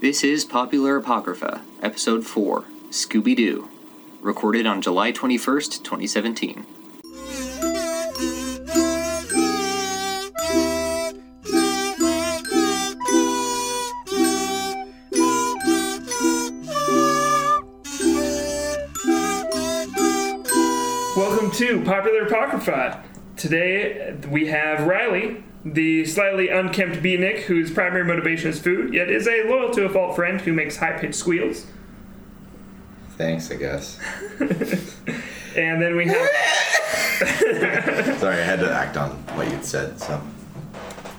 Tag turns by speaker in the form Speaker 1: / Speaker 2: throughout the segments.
Speaker 1: This is Popular Apocrypha, Episode 4 Scooby Doo, recorded on July 21st, 2017.
Speaker 2: Welcome to Popular Apocrypha. Today we have Riley, the slightly unkempt beatnik whose primary motivation is food, yet is a loyal to a fault friend who makes high pitched squeals.
Speaker 3: Thanks, I guess.
Speaker 2: And then we have
Speaker 3: Sorry, I had to act on what you'd said. So,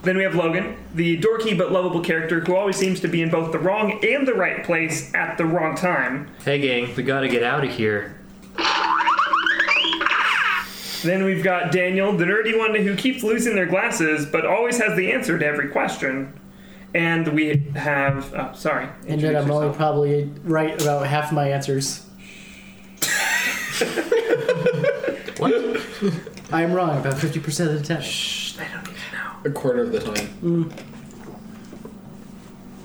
Speaker 2: then we have Logan, the dorky but lovable character who always seems to be in both the wrong and the right place at the wrong time.
Speaker 4: Hey gang, we gotta get out of here.
Speaker 2: Then we've got Daniel, the nerdy one who keeps losing their glasses but always has the answer to every question. And we have oh sorry.
Speaker 5: And yet I'm
Speaker 2: Introduce
Speaker 5: only
Speaker 2: yourself.
Speaker 5: probably right about half my answers.
Speaker 4: What?
Speaker 5: I'm wrong about 50% of the time.
Speaker 6: A quarter of the time.
Speaker 4: Mm.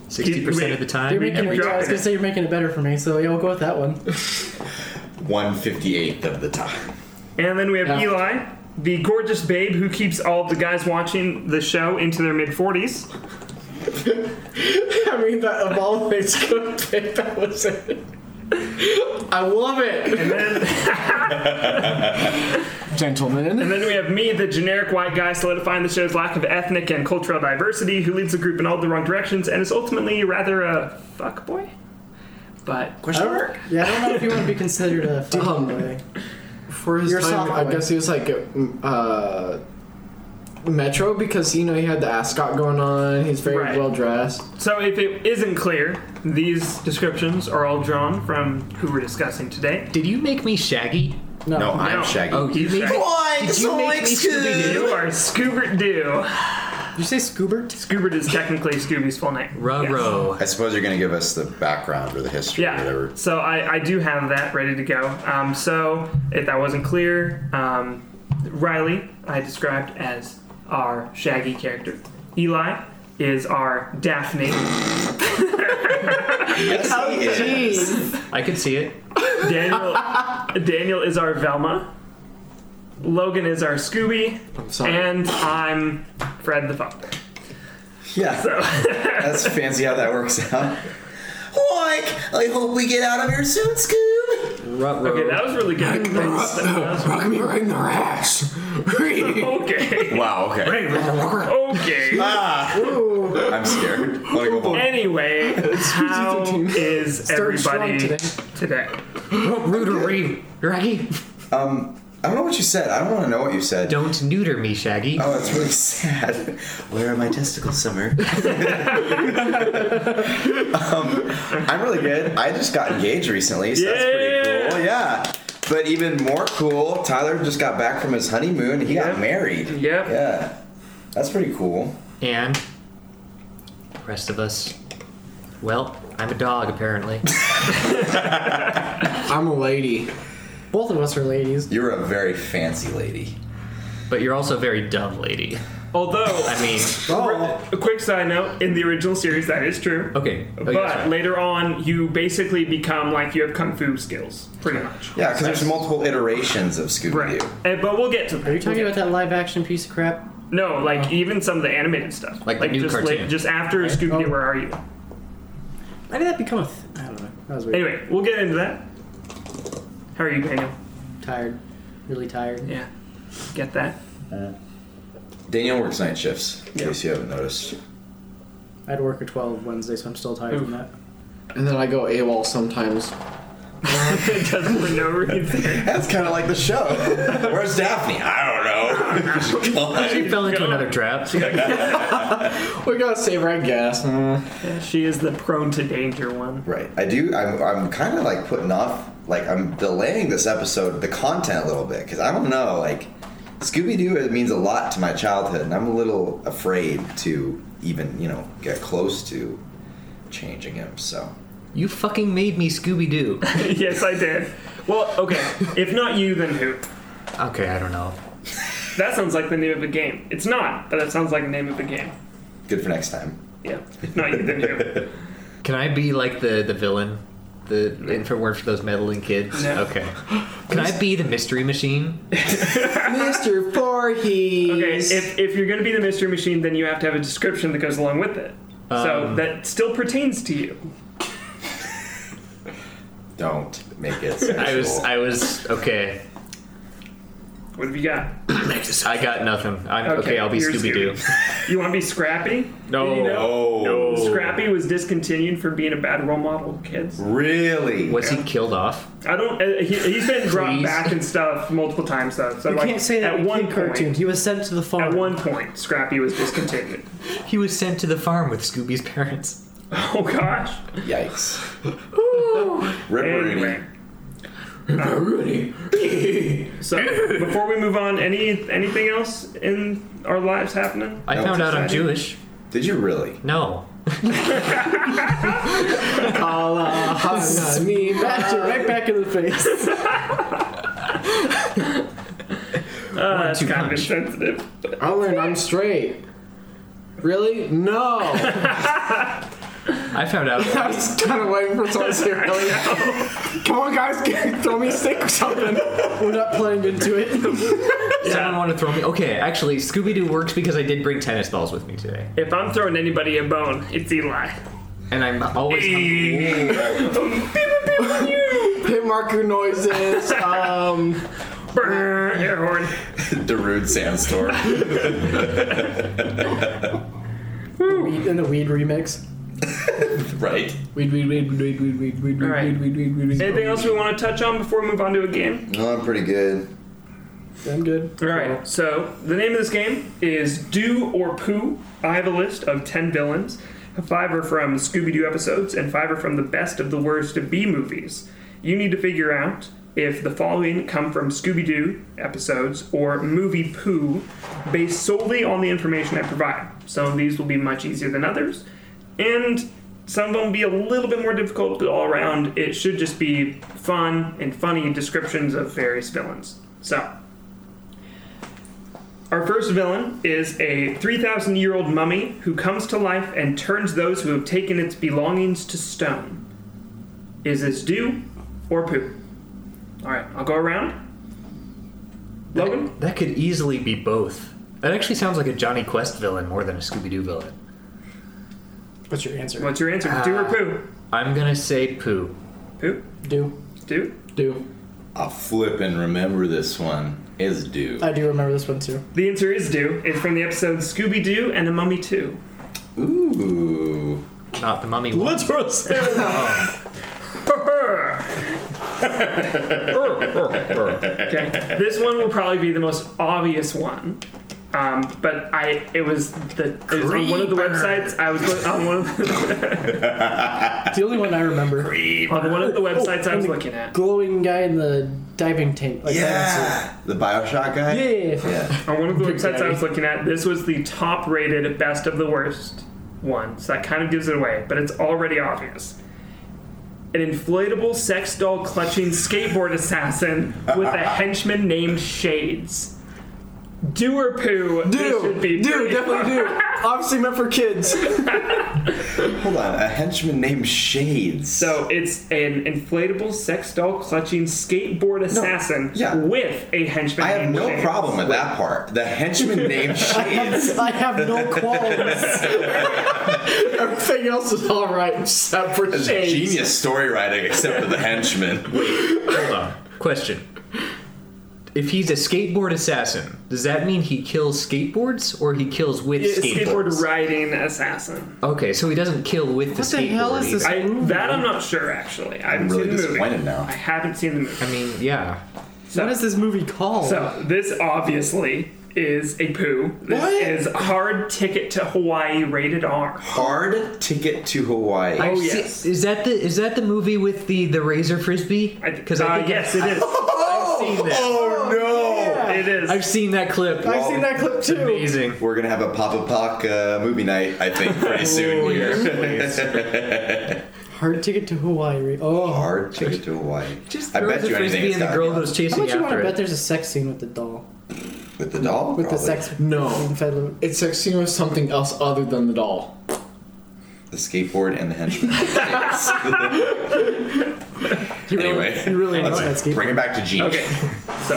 Speaker 4: Sixty percent of the time.
Speaker 5: You're making
Speaker 4: every-
Speaker 5: it, I was gonna say you're making it better for me, so yeah, we'll go with that one.
Speaker 3: one fifty eighth of the time.
Speaker 2: And then we have
Speaker 5: Yeah.
Speaker 2: Eli, the gorgeous babe who keeps all the guys watching the show into their mid 40s.
Speaker 5: I mean, that, of all things could pick, that was it. I love it!
Speaker 2: And then, and
Speaker 5: Gentlemen.
Speaker 2: then we have me, the generic white guy solidifying the show's lack of ethnic and cultural diversity, who leads the group in all the wrong directions and is ultimately rather a fuck boy. But
Speaker 5: I don't, yeah, I don't know if you want to be considered a fucking boy.
Speaker 6: For his
Speaker 5: You're
Speaker 6: time,
Speaker 5: soft
Speaker 6: I
Speaker 5: boy.
Speaker 6: guess he was like uh, Metro because you know he had the ascot going on. He's very
Speaker 2: Right.
Speaker 6: well dressed.
Speaker 2: so if it isn't clear, these descriptions are all drawn from who we're discussing today.
Speaker 4: Did you make me Shaggy?
Speaker 5: No.
Speaker 3: No, I'm
Speaker 2: No.
Speaker 3: Shaggy.
Speaker 4: Oh, you
Speaker 2: He's
Speaker 4: made
Speaker 2: Shaggy.
Speaker 3: What?
Speaker 4: Did you make me Scooby
Speaker 2: You
Speaker 4: Doo?
Speaker 2: are Scuba Doo.
Speaker 5: Did you say Scoobert?
Speaker 2: Scuba is technically Scooby's full name. Yes.
Speaker 4: Rubro.
Speaker 3: I suppose you're gonna give us the background or the history or
Speaker 2: Yeah.
Speaker 3: whatever.
Speaker 2: So I, I do have that ready to go. Um, so if that wasn't clear, um, Riley I described as our Shaggy character. Eli is our Daphne.
Speaker 3: Oh,
Speaker 4: I could see it.
Speaker 2: Daniel Daniel is our Velma. Logan is our Scooby,
Speaker 6: I'm sorry.
Speaker 2: and I'm Fred the Fuck.
Speaker 3: Yeah,
Speaker 2: So
Speaker 3: that's fancy how that works out. Like, I hope we get out of here soon, Scoob.
Speaker 2: okay,
Speaker 4: Rubro.
Speaker 2: that was really good. Thanks. That was-
Speaker 6: Rock me right in their ass.
Speaker 2: okay.
Speaker 3: Wow. Okay.
Speaker 2: Okay.
Speaker 3: Ah, I'm scared. Wanna go home?
Speaker 2: Anyway, how is
Speaker 5: Starting strong
Speaker 2: everybody
Speaker 5: today.
Speaker 2: today? Oh,
Speaker 4: Rootery. Raggy.
Speaker 3: Um, I don't know what you said. I don't want to know what you said.
Speaker 4: Don't neuter me, Shaggy.
Speaker 3: Oh, that's really sad. Where are my testicles, Summer? um, I'm really good. I just got engaged recently, so that's
Speaker 2: Yeah.
Speaker 3: pretty cool. Yeah. But even more cool, Tyler just got back from his honeymoon. He
Speaker 2: Yep.
Speaker 3: got married.
Speaker 2: Yep.
Speaker 3: Yeah. That's pretty cool.
Speaker 4: And the rest of us. Well, I'm a dog apparently.
Speaker 6: I'm a lady.
Speaker 5: Both of us are ladies.
Speaker 3: You're a very fancy lady.
Speaker 4: but you're also a very dumb lady.
Speaker 2: Although
Speaker 4: I mean,
Speaker 3: Oh.
Speaker 2: A quick side note: in the original series, that is true.
Speaker 4: okay. okay,
Speaker 2: But
Speaker 4: that's Oh, right.
Speaker 2: later on, you basically become like you have kung fu skills, pretty much.
Speaker 3: Yeah, because there's multiple iterations of Scooby
Speaker 2: Right.
Speaker 3: Doo.
Speaker 2: And- but we'll get to.
Speaker 5: Are you talking about that live action piece of crap?
Speaker 2: No, like even some of the animated stuff,
Speaker 4: Like the new
Speaker 2: just
Speaker 4: cartoon.
Speaker 2: just after Scooby,
Speaker 5: Oh.
Speaker 2: Doo, where are you?
Speaker 5: How did that become a th- I don't know. That was weird.
Speaker 2: Anyway, we'll get into that. How are you, Daniel?
Speaker 5: Tired. Really tired.
Speaker 2: Yeah, get that.
Speaker 3: Daniel works night shifts, in case you haven't noticed.
Speaker 5: I had to work at 12 Wednesday, so I'm still tired from that.
Speaker 6: And then I go AWOL sometimes.
Speaker 2: it does for no reason.
Speaker 3: That's kind of like the show. Where's Daphne? I don't know.
Speaker 4: she fell into another trap.
Speaker 6: We gotta save our gas. Mm.
Speaker 2: she is the prone to danger one.
Speaker 3: Right. I do. I'm, I'm kind of like putting off, like, I'm delaying this episode, the content a little bit, because I don't know. Like, Scooby Doo it means a lot to my childhood, and I'm a little afraid to even, you know, get close to changing him. So,
Speaker 4: You fucking made me Scooby Doo.
Speaker 2: yes, I did. Well, okay. If not you, then who?
Speaker 4: Okay, I don't know.
Speaker 2: That sounds like the name of a game. It's not, but that sounds like the name of a game.
Speaker 3: good for next time.
Speaker 2: Yeah. If not you, then who?
Speaker 4: Can Can I be like the the villain, the infant word for those meddling kids?
Speaker 2: No.
Speaker 4: Okay. Can I be the mystery machine?
Speaker 6: Mr. Voorhees.
Speaker 2: Okay, if, if you're going to be the mystery machine, then you have to have a description that goes along with it. so
Speaker 4: Um,
Speaker 2: that still pertains to you.
Speaker 3: Don't make it.
Speaker 4: I was
Speaker 3: sexual.
Speaker 4: I was okay.
Speaker 2: What have you got?
Speaker 4: I got nothing. I'm okay.
Speaker 2: Okay,
Speaker 4: I'll be
Speaker 2: you're
Speaker 4: Scooby Doo.
Speaker 2: You want to be Scrappy?
Speaker 4: No.
Speaker 2: Did you know?
Speaker 4: No.
Speaker 2: Scrappy was discontinued for being a bad role model to kids.
Speaker 3: Really?
Speaker 4: Was he killed off?
Speaker 2: I don't. Uh, he, he's been brought
Speaker 4: Please.
Speaker 2: back and stuff multiple times though. So
Speaker 7: You
Speaker 2: like
Speaker 7: can't say that
Speaker 2: at
Speaker 7: in
Speaker 2: one
Speaker 7: kid cartoon.
Speaker 2: point.
Speaker 7: He was sent to the farm.
Speaker 2: At one point, Scrappy was discontinued.
Speaker 4: He was sent to the farm with Scooby's parents.
Speaker 2: Oh gosh.
Speaker 3: Yikes. Rip
Speaker 2: Anyway.
Speaker 3: Rooney.
Speaker 2: So before we move on, any anything else in our lives happening?
Speaker 4: I
Speaker 3: No,
Speaker 4: found out I'm
Speaker 2: exciting.
Speaker 4: Jewish.
Speaker 3: Did you really?
Speaker 4: No.
Speaker 5: Oh,
Speaker 6: Ah, no, me.
Speaker 7: Back to- right back in the face.
Speaker 2: Uh, that's
Speaker 4: too
Speaker 2: kind of
Speaker 4: much.
Speaker 2: insensitive.
Speaker 6: I learned I'm straight. Really? No.
Speaker 4: I found out.
Speaker 6: I was kind of waiting for someone to say
Speaker 7: Oh,
Speaker 6: really. Come on, guys, get- throw me a stick or something. We're not playing into it.
Speaker 4: Someone want to throw me? Okay, actually, Scooby Doo works because I did bring tennis balls with me today,
Speaker 2: If I'm throwing anybody a bone, it's Eli.
Speaker 4: and I'm always. hungry.
Speaker 6: Hit marker noises. Um,
Speaker 2: Brrr, Air horn.
Speaker 3: The rude sandstorm.
Speaker 7: Weed- in the weed remix.
Speaker 3: right?
Speaker 6: weed, weed, weed, weed, weed, weed, weed, weed,
Speaker 2: Alright.
Speaker 6: weed, weed, weed, weed, weed.
Speaker 2: Anything else we want to touch on before we move on to a game?
Speaker 3: No, I'm pretty good.
Speaker 6: I'm good.
Speaker 2: All right. So the name of this game is Do or Poo. I have a list of ten villains. Five are from Scooby Doo episodes, and five are from the best of the worst B movies. You need to figure out if the following come from Scooby Doo episodes or movie poo based solely on the information I provide. Some of these will be much easier than others, and some of them will be a little bit more difficult, but all around it should just be fun and funny descriptions of various villains. So, our first villain is a 3,000 year old mummy who comes to life and turns those who have taken its belongings to stone. Is this do or poo? Alright, I'll go around. Logan?
Speaker 4: That could easily be both. That actually sounds like a Johnny Quest villain more than a Scooby Doo villain.
Speaker 7: What's your answer?
Speaker 2: What's your answer? do or poo?
Speaker 4: I'm gonna say poo.
Speaker 2: Poo?
Speaker 7: Do.
Speaker 2: Do?
Speaker 7: Do.
Speaker 3: I'll flip and remember this one is due.
Speaker 7: I do remember this one too.
Speaker 2: The answer is do. It's from the episode Scooby Doo and a Mummy 2.
Speaker 3: Ooh.
Speaker 4: Not the mummy one.
Speaker 2: Okay, this one will probably be the most obvious one. Um, but I, it was the it was on one of the websites. I was look- on one of the,
Speaker 7: It's the only one I remember.
Speaker 4: Oh,
Speaker 2: on one of Oh, the websites I was
Speaker 7: and the
Speaker 2: looking at.
Speaker 7: Glowing guy in the diving tank. Like that
Speaker 3: Yeah. The Bioshock guy?
Speaker 7: Yeah, yeah, yeah.
Speaker 3: Yeah.
Speaker 2: On one of the
Speaker 7: Big
Speaker 2: websites I
Speaker 7: Daddy.
Speaker 2: was looking at, this was the top rated best of the worst one. So that kind of gives it away, but it's already obvious. An inflatable sex doll clutching skateboard assassin with a henchman named Shades. Do or poo? this
Speaker 6: Do.
Speaker 2: should be
Speaker 6: Do.
Speaker 2: pretty-
Speaker 6: Definitely do. Obviously meant for kids.
Speaker 3: Hold on. A henchman named Shades.
Speaker 2: So it's an inflatable sex doll clutching skateboard assassin
Speaker 3: yeah.
Speaker 2: with a henchman.
Speaker 3: I have
Speaker 2: named
Speaker 3: no
Speaker 2: Shane.
Speaker 3: problem with that part. The henchman named Shades.
Speaker 7: I have no qualms.
Speaker 6: Everything else is all right except for
Speaker 3: That's
Speaker 6: shades.
Speaker 3: genius story writing, except for the henchman.
Speaker 4: Hold on. Question. If he's a skateboard assassin, does that mean he kills skateboards or he kills with
Speaker 2: It's
Speaker 4: skateboards?
Speaker 2: Skateboard riding assassin.
Speaker 4: Okay, so he doesn't kill with the skateboard.
Speaker 7: What the hell is this?
Speaker 4: either.
Speaker 2: I, that I'm not sure actually. I haven't
Speaker 3: I'm really
Speaker 2: seen the movie.
Speaker 3: disappointed
Speaker 2: I
Speaker 3: now.
Speaker 2: haven't seen the movie.
Speaker 4: I mean, yeah.
Speaker 2: So,
Speaker 7: what is this movie called?
Speaker 2: so this obviously is a poo. This
Speaker 6: What?
Speaker 2: is hard ticket to Hawaii rated R.
Speaker 3: Hard ticket to Hawaii.
Speaker 2: Oh
Speaker 4: See,
Speaker 2: yes.
Speaker 4: is that the is that the movie with the the razor frisbee?
Speaker 2: I-
Speaker 4: Because
Speaker 2: uh,
Speaker 4: I think
Speaker 2: yes, it is.
Speaker 4: I've seen that.
Speaker 3: Oh
Speaker 2: It is.
Speaker 4: I've seen that clip.
Speaker 6: I've seen that clip too.
Speaker 4: Amazing.
Speaker 3: no! We're gonna have a Papa Pock uh, movie night, I think, pretty
Speaker 4: Oh,
Speaker 3: soon here.
Speaker 7: Hard ticket to Hawaii. Re- oh.
Speaker 3: Hard ticket to Hawaii.
Speaker 4: Just
Speaker 3: I
Speaker 4: throws
Speaker 3: bet
Speaker 4: the
Speaker 3: you anything.
Speaker 4: frisbee
Speaker 3: it's
Speaker 4: and the
Speaker 3: gotta
Speaker 4: girl
Speaker 3: be
Speaker 4: goes
Speaker 7: How
Speaker 4: chasing
Speaker 7: much you want
Speaker 4: after
Speaker 7: to bet
Speaker 4: it.
Speaker 7: there's a sex scene with the doll?
Speaker 3: with the doll.
Speaker 7: With the
Speaker 3: probably.
Speaker 7: sex.
Speaker 6: No.
Speaker 7: Inflatable-
Speaker 6: It's sexing with something else other than the doll.
Speaker 3: the skateboard and the henchman.
Speaker 7: You really,
Speaker 3: anyway,
Speaker 7: you really know that
Speaker 3: let's
Speaker 7: skateboard.
Speaker 3: bring it back to Gene.
Speaker 2: Okay, so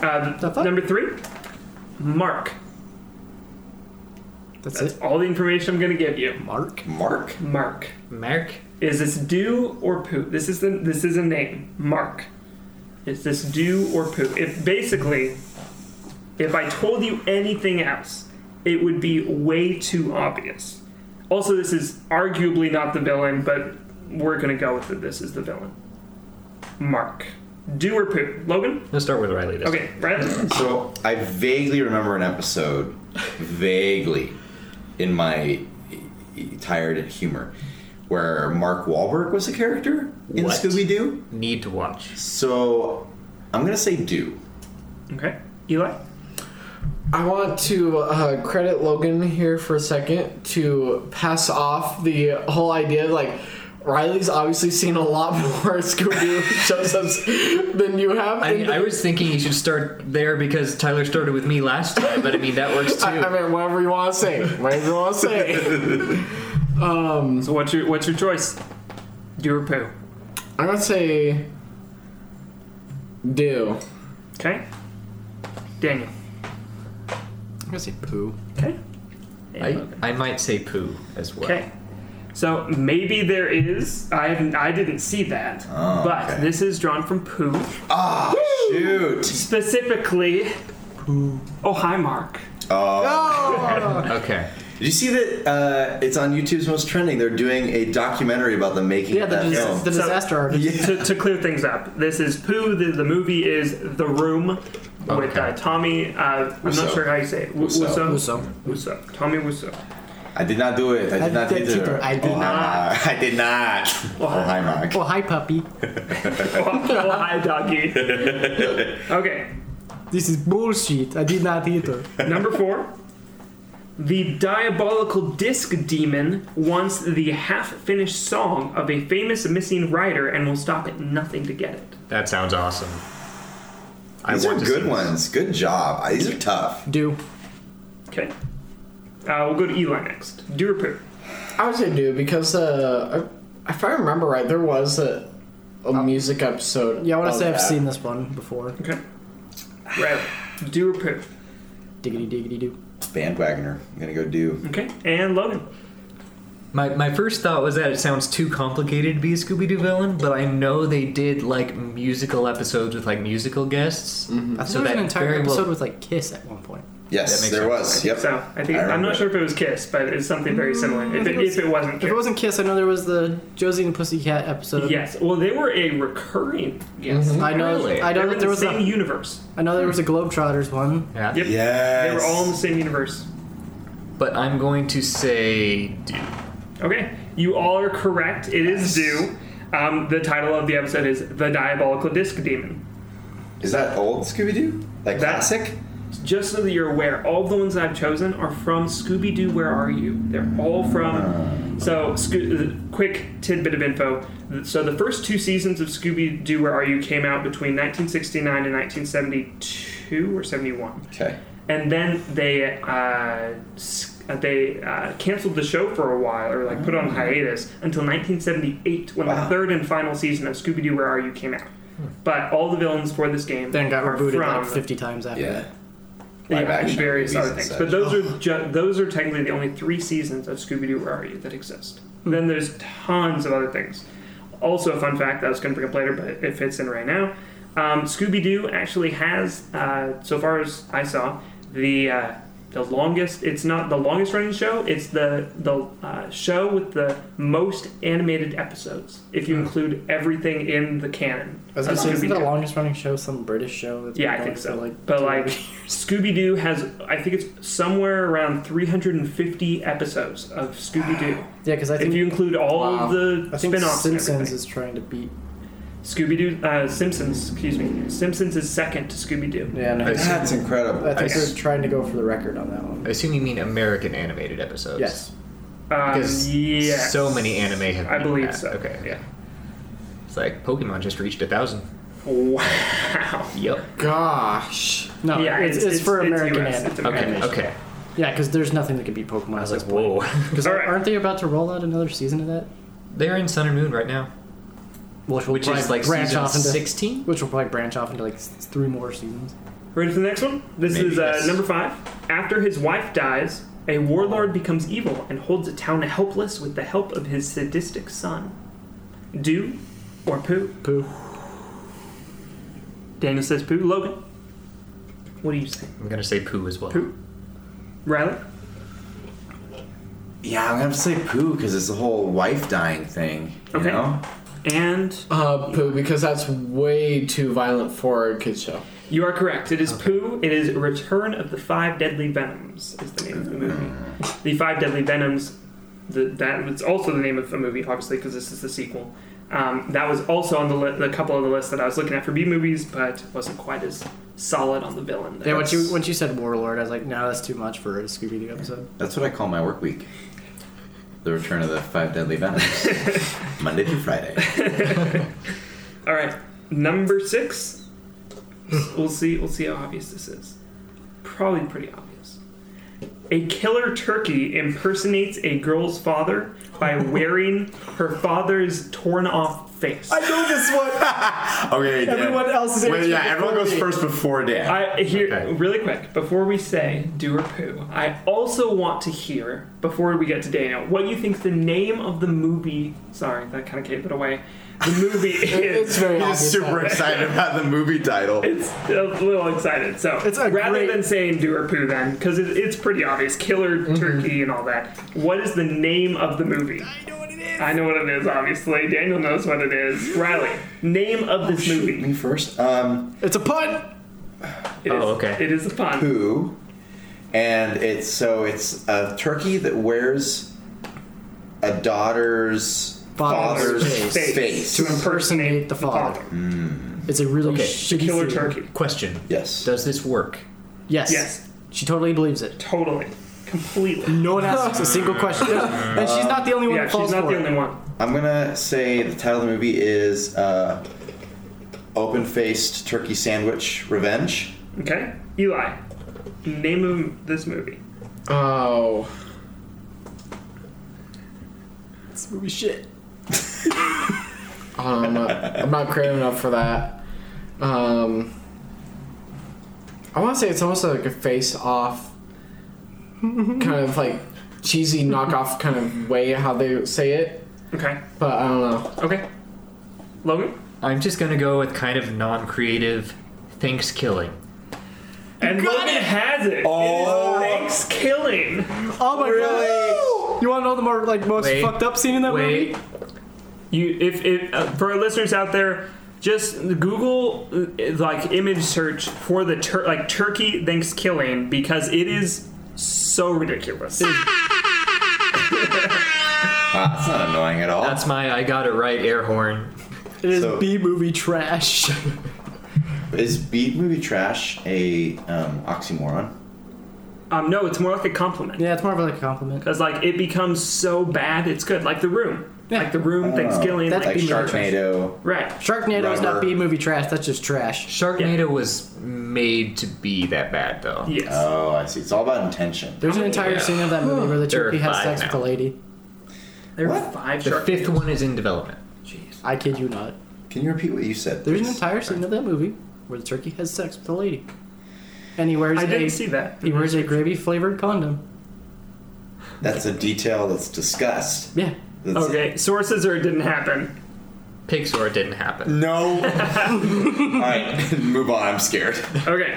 Speaker 7: The
Speaker 2: uh,
Speaker 7: fuck?
Speaker 2: number three, Mark.
Speaker 7: That's
Speaker 2: That's
Speaker 7: it.
Speaker 2: all the information I'm going to give you.
Speaker 7: Mark.
Speaker 3: Mark.
Speaker 2: Mark.
Speaker 4: Mark.
Speaker 2: Is this do or poo? This is the, this is a name. Mark. Is this do or poo? If basically, if I told you anything else, it would be way too obvious. Also, this is arguably not the villain, but we're gonna go with it. This is the villain. Mark. Do or poo? Logan?
Speaker 4: Let's start with Riley. This time.
Speaker 2: Okay, Riley?
Speaker 3: So I vaguely remember an episode, vaguely, in my tired humor, where Mark Wahlberg was a character in
Speaker 4: What?
Speaker 3: Scooby Doo.
Speaker 4: Need to watch.
Speaker 3: So I'm gonna say do.
Speaker 2: Okay. Eli?
Speaker 6: I want to uh, credit Logan here for a second to pass off the whole idea like Riley's obviously seen a lot more Scooby shows us than you have.
Speaker 4: I
Speaker 6: and
Speaker 4: mean,
Speaker 6: the-
Speaker 4: I was thinking you should start there because Tyler started with me last time, but I mean that works too.
Speaker 6: I, I mean, whatever you want to say, whatever you want to say.
Speaker 2: So what's your what's your choice? Do or poo?
Speaker 6: I'm gonna say do.
Speaker 2: Okay. Daniel.
Speaker 6: I'm gonna say poo.
Speaker 2: Okay.
Speaker 4: I, I might say poo as well.
Speaker 2: Okay. So maybe there is. I haven't. I didn't see that. but
Speaker 3: okay.
Speaker 2: this is drawn from poo,
Speaker 3: Ah, shoot.
Speaker 2: specifically. Poo. Oh hi, Mark.
Speaker 3: Oh.
Speaker 4: Okay.
Speaker 3: Did you see that? Uh, it's on YouTube's most trending. They're doing a documentary about the making
Speaker 7: Yeah,
Speaker 3: of
Speaker 7: the,
Speaker 3: that
Speaker 7: dis-
Speaker 3: film.
Speaker 7: the disaster artist.
Speaker 2: To, to clear things up, this is poo. The, the movie is The Room with
Speaker 4: Okay.
Speaker 2: uh, Tommy. Uh, I'm not
Speaker 3: Wiseau.
Speaker 2: sure how you say it. W-
Speaker 3: Wiseau.
Speaker 2: Wiseau.
Speaker 6: Wiseau.
Speaker 2: Wiseau. Tommy Wiseau.
Speaker 3: I did not do it. I did
Speaker 7: I
Speaker 3: not
Speaker 7: did
Speaker 3: do
Speaker 7: either.
Speaker 3: it.
Speaker 7: I did
Speaker 3: oh, hi, Mark. I did not. Oh, hi, Mark.
Speaker 7: Oh, hi, puppy.
Speaker 2: Oh, oh, hi, doggy. okay.
Speaker 7: This is bullshit. I did not eat her.
Speaker 2: Number four. The diabolical disc demon wants the half finished song of a famous missing writer and will stop at nothing to get it.
Speaker 4: That sounds awesome. I
Speaker 3: These are
Speaker 4: want to see
Speaker 3: good
Speaker 4: this.
Speaker 3: ones. Good job. These are tough.
Speaker 6: Do.
Speaker 2: Okay. Uh, we'll go to Eli next. Do or poo?
Speaker 6: I would say do because uh, I- if I remember right, there was a, a
Speaker 4: Oh.
Speaker 6: music episode.
Speaker 7: Yeah, I want to
Speaker 6: of
Speaker 7: say I've
Speaker 6: that.
Speaker 7: seen this one before.
Speaker 2: Okay. Riley. Do or poo?
Speaker 7: Diggity diggity doo.
Speaker 3: Bandwagoner. I'm gonna go do.
Speaker 2: Okay. And Logan.
Speaker 4: My, my first thought was that it sounds too complicated to be a Scooby Doo villain, but I know they did like musical episodes with like musical guests.
Speaker 2: Mm-hmm.
Speaker 7: I think
Speaker 4: So
Speaker 7: there was
Speaker 4: that
Speaker 7: an entire
Speaker 4: very well-
Speaker 7: episode with like Kiss at one point.
Speaker 3: Yes,
Speaker 4: makes
Speaker 3: there
Speaker 4: sense.
Speaker 3: was. Yep.
Speaker 2: So I think I am
Speaker 3: I remember
Speaker 2: not
Speaker 3: it.
Speaker 2: sure if it was Kiss, but it's something very similar. If
Speaker 7: Mm, think
Speaker 2: it,
Speaker 7: it was-
Speaker 2: if it wasn't
Speaker 7: If it
Speaker 2: Kiss.
Speaker 7: wasn't Kiss, I know there was the Josie and the Pussycat episode.
Speaker 2: Yes. Well, they were a recurring guest.
Speaker 7: I know.
Speaker 4: Really?
Speaker 7: I
Speaker 2: They
Speaker 7: know
Speaker 2: were
Speaker 7: that
Speaker 2: in
Speaker 7: Mm-hmm. there
Speaker 2: the
Speaker 7: was
Speaker 2: same
Speaker 7: a.
Speaker 2: universe.
Speaker 7: I know there was a Globetrotters one.
Speaker 4: Yeah.
Speaker 2: Yep.
Speaker 3: Yes.
Speaker 2: They were all in the same universe.
Speaker 4: But I'm going to say do.
Speaker 2: Okay, you all are correct. It is due. Um, the title of the episode is "The Diabolical Disc Demon."
Speaker 3: Is that old Scooby Doo? Like
Speaker 2: That-
Speaker 3: classic?
Speaker 2: Just so that you're aware, all the ones I've chosen are from Scooby Doo. Where are you? They're all from. So, Sco- uh, quick tidbit of info. So, the first two seasons of Scooby Doo Where Are You came out between 1969 and 1972 or 71.
Speaker 3: Okay.
Speaker 2: and then they uh, s- uh, they uh, canceled the show for a while, or like put
Speaker 7: Mm.
Speaker 2: on hiatus until 1978, when the
Speaker 3: Wow.
Speaker 2: third and final season of Scooby Doo Where Are You came out. But all the villains for this game
Speaker 7: Hmm. Then got
Speaker 2: are
Speaker 7: rebooted
Speaker 2: from
Speaker 7: like 50 times after
Speaker 3: Yeah.
Speaker 2: yeah,
Speaker 3: Live action
Speaker 2: various
Speaker 3: movies
Speaker 2: other
Speaker 3: and
Speaker 2: things.
Speaker 3: such.
Speaker 2: But those are ju- those are technically the only three seasons of Scooby Doo Where Are You that exist.
Speaker 3: Hmm.
Speaker 2: Then there's tons of other things. Also, a fun fact that I was going to bring up later, but it fits in right now. Um, Scooby Doo actually has, uh, so far as I saw, the uh, the longest. It's not the longest running show. It's the the uh, show with the most animated episodes. If
Speaker 3: Hmm.
Speaker 2: you include everything in the canon,
Speaker 7: I was
Speaker 2: of
Speaker 7: gonna say, isn't the
Speaker 2: Scooby-Doo.
Speaker 7: longest running show some British show? That's
Speaker 2: Yeah, I
Speaker 7: been
Speaker 2: think
Speaker 7: going
Speaker 2: so.
Speaker 7: for,
Speaker 2: but
Speaker 7: 20
Speaker 2: like,
Speaker 7: years?
Speaker 2: Scooby Doo has, I think it's somewhere around 350 episodes of Scooby Doo.
Speaker 7: yeah, because I
Speaker 2: If
Speaker 7: think
Speaker 2: you include all
Speaker 6: Wow.
Speaker 2: of the
Speaker 7: I think
Speaker 2: spin-offs, and
Speaker 7: Simpsons
Speaker 2: everything.
Speaker 7: is trying to beat.
Speaker 2: Scooby Doo, uh, Simpsons, excuse me, Simpsons is second to Um, Scooby Doo.
Speaker 7: Yeah, no, I think
Speaker 3: That's incredible.
Speaker 7: they're trying to go for the record on that one.
Speaker 4: I assume you mean American animated episodes.
Speaker 7: Yes,
Speaker 2: Um,
Speaker 4: Because
Speaker 2: yes.
Speaker 4: so many anime have.
Speaker 2: I
Speaker 4: been
Speaker 2: believe
Speaker 4: that.
Speaker 2: so.
Speaker 4: Okay.
Speaker 2: Yeah.
Speaker 4: It's like Pokemon just reached a thousand.
Speaker 2: Wow.
Speaker 4: Yep.
Speaker 6: Gosh.
Speaker 7: no,
Speaker 2: yeah,
Speaker 7: it's, it's, for American
Speaker 2: US,
Speaker 7: anime.
Speaker 2: It's American.
Speaker 4: Okay.
Speaker 7: Yeah, because there's nothing that can beat Pokemon.
Speaker 4: I was like, whoa.
Speaker 7: Because
Speaker 2: All right.
Speaker 7: aren't they about to roll out another season of that?
Speaker 4: They're in Sun and Moon right now,
Speaker 7: Which, will
Speaker 4: which is
Speaker 7: probably
Speaker 4: like season sixteen.
Speaker 7: Which will probably branch off into like s- three more seasons.
Speaker 2: Ready for the next one? This
Speaker 4: Maybe,
Speaker 2: is uh,
Speaker 4: yes.
Speaker 2: number five. After his wife dies, a warlord becomes evil and holds a town helpless with the help of his sadistic son. Do or poo?
Speaker 7: Poo.
Speaker 2: Daniel says poo. Logan, what do you say?
Speaker 4: I'm gonna say poo as well.
Speaker 2: Poo. Riley?
Speaker 3: Yeah, I'm gonna have to say poo because it's the whole wife dying thing. You
Speaker 2: Okay.
Speaker 3: know?
Speaker 2: And
Speaker 6: Uh, poo, because that's way too violent for a kids show.
Speaker 2: you are correct. It is poo. It is Return of the Five Deadly Venoms is the name of the movie. The Five Deadly Venoms. The, that was also the name of a movie, obviously, because this is the sequel. Um, that was also on the, li- the couple on the list that I was looking at for B movies, but wasn't quite as solid on the villain.
Speaker 7: Yeah,
Speaker 2: there.
Speaker 7: once you once you said Warlord, I was like, no, that's too much for a Scooby Doo episode.
Speaker 3: That's what I call my work week. The return of the five deadly venoms. Monday through Friday.
Speaker 2: All right, number six. we'll see. We'll see how obvious this is. Probably pretty obvious. A killer turkey impersonates a girl's father by wearing her father's torn-off face. I,
Speaker 7: know this one.
Speaker 3: Okay, Dan.
Speaker 7: Everyone else is
Speaker 3: Wait,
Speaker 7: answering
Speaker 3: yeah, everyone
Speaker 7: before
Speaker 3: goes
Speaker 7: me.
Speaker 3: first before Dan.
Speaker 2: here
Speaker 4: Okay.
Speaker 2: really quick before we say do or poo. I also want to hear before we get to Daniel what you think the name of the movie. Sorry, that kind of gave it away. The movie
Speaker 6: It's
Speaker 2: is.
Speaker 6: very
Speaker 3: He's
Speaker 6: obvious.
Speaker 3: just super excited about the movie title.
Speaker 2: It's a little excited. So
Speaker 7: It's a
Speaker 2: rather
Speaker 7: great-
Speaker 2: than saying do or poo, then because it, it's pretty obvious, killer
Speaker 7: Mm-hmm.
Speaker 2: turkey and all that. What is the name of the movie? I know what it is. I know what it is. Obviously, Daniel knows what it is. Riley, name of this movie.
Speaker 3: Me first. Um,
Speaker 7: It's a pun.
Speaker 2: It is-
Speaker 4: Oh, okay.
Speaker 2: It is a pun.
Speaker 3: poo, and it's so it's a turkey that wears a daughter's
Speaker 7: Father's
Speaker 3: father's,
Speaker 7: face.
Speaker 3: face.
Speaker 7: To impersonate the father. It's a really
Speaker 4: Okay.
Speaker 7: shitty
Speaker 2: Killer
Speaker 7: theory.
Speaker 2: turkey.
Speaker 4: Question:
Speaker 3: Yes.
Speaker 4: Does this work?
Speaker 7: Yes.
Speaker 2: Yes.
Speaker 7: She totally believes it.
Speaker 2: Totally. Completely.
Speaker 7: No one asks a single question, and she's not the only one
Speaker 2: Yeah,
Speaker 7: that falls
Speaker 2: she's not
Speaker 7: for
Speaker 2: the
Speaker 7: it.
Speaker 2: only one.
Speaker 3: I'm gonna say the title of the movie is uh, "Open Faced Turkey Sandwich Revenge."
Speaker 2: Okay, Eli, name of this movie.
Speaker 6: Oh.
Speaker 7: This movie shit.
Speaker 6: Hold on, I'm not, I'm not creative enough for that. Um, I want to say it's almost like a face-off, kind of like cheesy knockoff kind of way how they say it,
Speaker 2: Okay.
Speaker 6: but I don't know.
Speaker 2: Okay. Logan.
Speaker 4: I'm just gonna go with kind of non-creative. Thanks killing.
Speaker 2: And Logan has it.
Speaker 3: Oh.
Speaker 2: It is Thanksgiving.
Speaker 7: Oh my god! You want to know the more like most
Speaker 4: Wait.
Speaker 7: fucked up scene in that
Speaker 4: Wait,
Speaker 7: movie?
Speaker 2: You, if it uh, for our listeners out there, just Google uh, like image search for the tur- like turkey Thanksgiving because it is so ridiculous. It is-
Speaker 3: Ah, that's not annoying at all.
Speaker 4: that's my I got it right air horn.
Speaker 7: It is
Speaker 3: So-
Speaker 7: B movie trash.
Speaker 3: is "Beat Movie Trash" a um, oxymoron?
Speaker 2: um, no, it's more like a compliment
Speaker 7: yeah, it's more of like a compliment.
Speaker 2: because like it becomes so bad, it's good. Like the room, like the
Speaker 3: Oh.
Speaker 2: room Thanksgiving,
Speaker 7: That's
Speaker 2: like,
Speaker 3: Like
Speaker 7: Beat Movie
Speaker 3: Sharknado.
Speaker 2: right.
Speaker 7: Sharknado is not
Speaker 3: Rubber.
Speaker 7: B movie trash. That's just trash.
Speaker 4: Sharknado was made to be that bad though.
Speaker 2: Yes.
Speaker 3: Oh, I see. It's all about intention.
Speaker 7: There's an entire
Speaker 4: yeah.
Speaker 7: scene of that movie where the
Speaker 4: There are
Speaker 7: turkey has
Speaker 4: five
Speaker 7: sex with
Speaker 4: now.
Speaker 7: a lady.
Speaker 2: there are
Speaker 3: what?
Speaker 2: five.
Speaker 4: The
Speaker 2: Sharknadoes.
Speaker 4: fifth one is in development.
Speaker 7: I kid you not.
Speaker 3: Can you repeat what you said?
Speaker 7: There's an
Speaker 3: please?
Speaker 7: entire scene of that movie where the turkey has sex with a lady, and he wears
Speaker 2: I
Speaker 7: a
Speaker 2: didn't see that.
Speaker 7: he wears a gravy flavored condom.
Speaker 3: That's a detail that's discussed.
Speaker 7: Yeah,
Speaker 3: That's-
Speaker 2: Okay, sources or it didn't happen.
Speaker 4: Pixar didn't happen.
Speaker 3: No. all right, move on. I'm scared.
Speaker 2: Okay,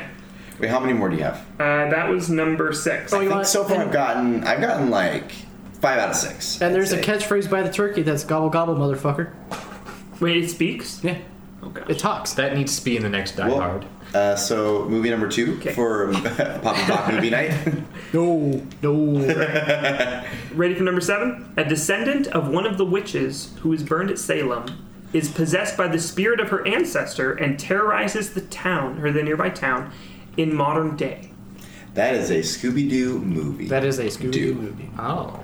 Speaker 3: Wait, how many more do you have?
Speaker 2: uh, that was number six.
Speaker 7: Oh,
Speaker 3: I
Speaker 7: you
Speaker 3: think
Speaker 7: want-
Speaker 3: so far
Speaker 7: and-
Speaker 3: I've gotten I've gotten like five out of six.
Speaker 7: and
Speaker 3: I'd
Speaker 7: there's a
Speaker 3: say.
Speaker 7: catchphrase by the turkey that's gobble gobble motherfucker.
Speaker 2: Wait, it speaks.
Speaker 7: Yeah,
Speaker 2: Oh gosh.
Speaker 7: it talks.
Speaker 4: That needs to be in the next Die
Speaker 3: Well,
Speaker 4: Hard.
Speaker 3: Uh, so movie number two
Speaker 2: Okay.
Speaker 3: for Pop and Pop movie night.
Speaker 7: No, no.
Speaker 2: Ready for number seven? A descendant of one of the witches who was burned at Salem is possessed by the spirit of her ancestor and terrorizes the town or the nearby town in modern day.
Speaker 3: That is a Scooby Doo movie.
Speaker 7: that is a Scooby Doo
Speaker 3: Dude.
Speaker 7: movie.
Speaker 4: Oh.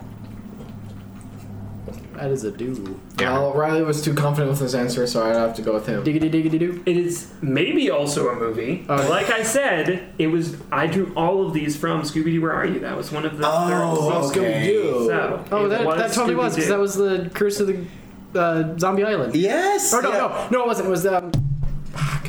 Speaker 6: That is a do.
Speaker 4: Yeah.
Speaker 6: Well, Riley was too confident with his answer, so I'd have to go with him.
Speaker 7: Diggity diggity doo.
Speaker 2: It is maybe also a movie.
Speaker 6: Oh.
Speaker 2: like I said, it was. I drew all of these from Scooby Doo. Where are you? That was one of the.
Speaker 3: Oh,
Speaker 2: third-
Speaker 3: okay.
Speaker 6: Scooby-Doo.
Speaker 2: So
Speaker 7: Oh,
Speaker 2: it
Speaker 7: that, that totally was because
Speaker 2: Scooby-Doo.
Speaker 7: that was the curse of the uh, zombie island.
Speaker 3: Yes.
Speaker 7: Or no,
Speaker 3: yeah.
Speaker 7: no, no, it wasn't. It was the um, fuck.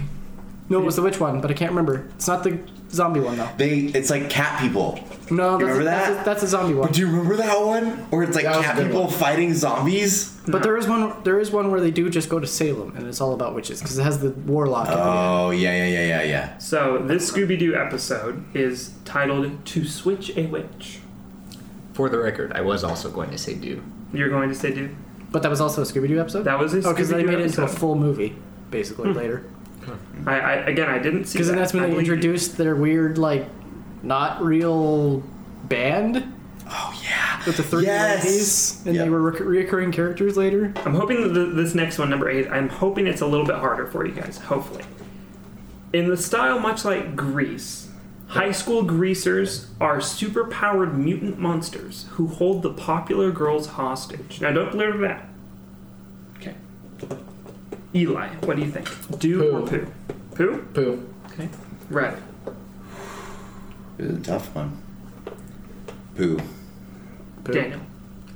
Speaker 7: No, it was the witch one, but I can't remember. It's not the zombie one though.
Speaker 3: They. It's like cat people.
Speaker 7: No, that's,
Speaker 3: remember
Speaker 7: that's,
Speaker 3: that?
Speaker 7: A, that's a zombie one.
Speaker 3: Do you remember that one? Where it's like
Speaker 6: That was a
Speaker 3: cat
Speaker 6: good
Speaker 3: people
Speaker 6: one.
Speaker 3: fighting zombies.
Speaker 7: But there is one. There is one where they do just go to Salem, and it's all about witches because it has the warlock. in it.
Speaker 3: Oh yeah, yeah, yeah, yeah, yeah.
Speaker 2: So this Scooby Doo episode is titled "To Switch a Witch."
Speaker 4: For the record, I was also going to say do.
Speaker 2: You're going to say, "Dude,
Speaker 7: But that was also a Scooby Doo episode.
Speaker 2: that was a
Speaker 7: oh, because
Speaker 2: Scooby-Doo
Speaker 7: they made it into a
Speaker 2: episode.
Speaker 7: full movie, basically later.
Speaker 2: I, I again, I didn't see.
Speaker 7: Because then
Speaker 2: that.
Speaker 7: that's when
Speaker 2: I
Speaker 7: they
Speaker 2: believe you.
Speaker 7: introduced their weird, like, not real band
Speaker 3: Oh yeah.
Speaker 7: with the three
Speaker 3: Yes!
Speaker 7: ladies, and
Speaker 3: Yep.
Speaker 7: they were rec- reoccurring characters later.
Speaker 2: I'm hoping that th- this next one, number eight, I'm hoping it's a little bit harder for you guys. Hopefully, in the style much like Grease, high school greasers are superpowered mutant monsters who hold the popular girls hostage. Now, don't blur that. Okay. Eli, what do you think? Do or poo?
Speaker 6: Poo.
Speaker 2: Poo?
Speaker 6: Poo.
Speaker 2: Okay. Right.
Speaker 3: This is a tough one. Poo.
Speaker 7: Poo.
Speaker 2: Daniel.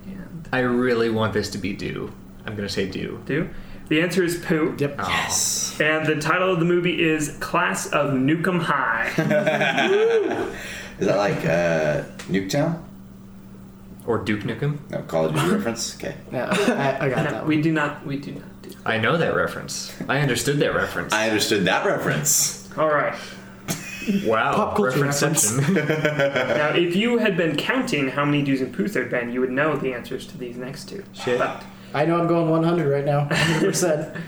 Speaker 2: And
Speaker 4: I really want this to be do. I'm gonna say do.
Speaker 2: do. The answer is poo.
Speaker 7: Yep.
Speaker 3: Yes.
Speaker 2: And the title of the movie is Class of Nukem High.
Speaker 3: Is that like uh, Nuketown?
Speaker 4: Or Duke Nukem.
Speaker 3: No, Call of Duty reference. Okay.
Speaker 7: Yeah, I, I got
Speaker 2: No,
Speaker 7: that
Speaker 2: we
Speaker 7: one.
Speaker 2: do not. We do not do.
Speaker 4: I know that reference. I understood that reference.
Speaker 3: I understood that reference.
Speaker 2: All right.
Speaker 4: wow.
Speaker 7: Pop culture
Speaker 4: referenceception.
Speaker 2: Now, if you had been counting how many do's and poos there'd been, you would know the answers to these next two.
Speaker 4: Shit.
Speaker 2: But-
Speaker 7: I know I'm going 100 right now. 100%.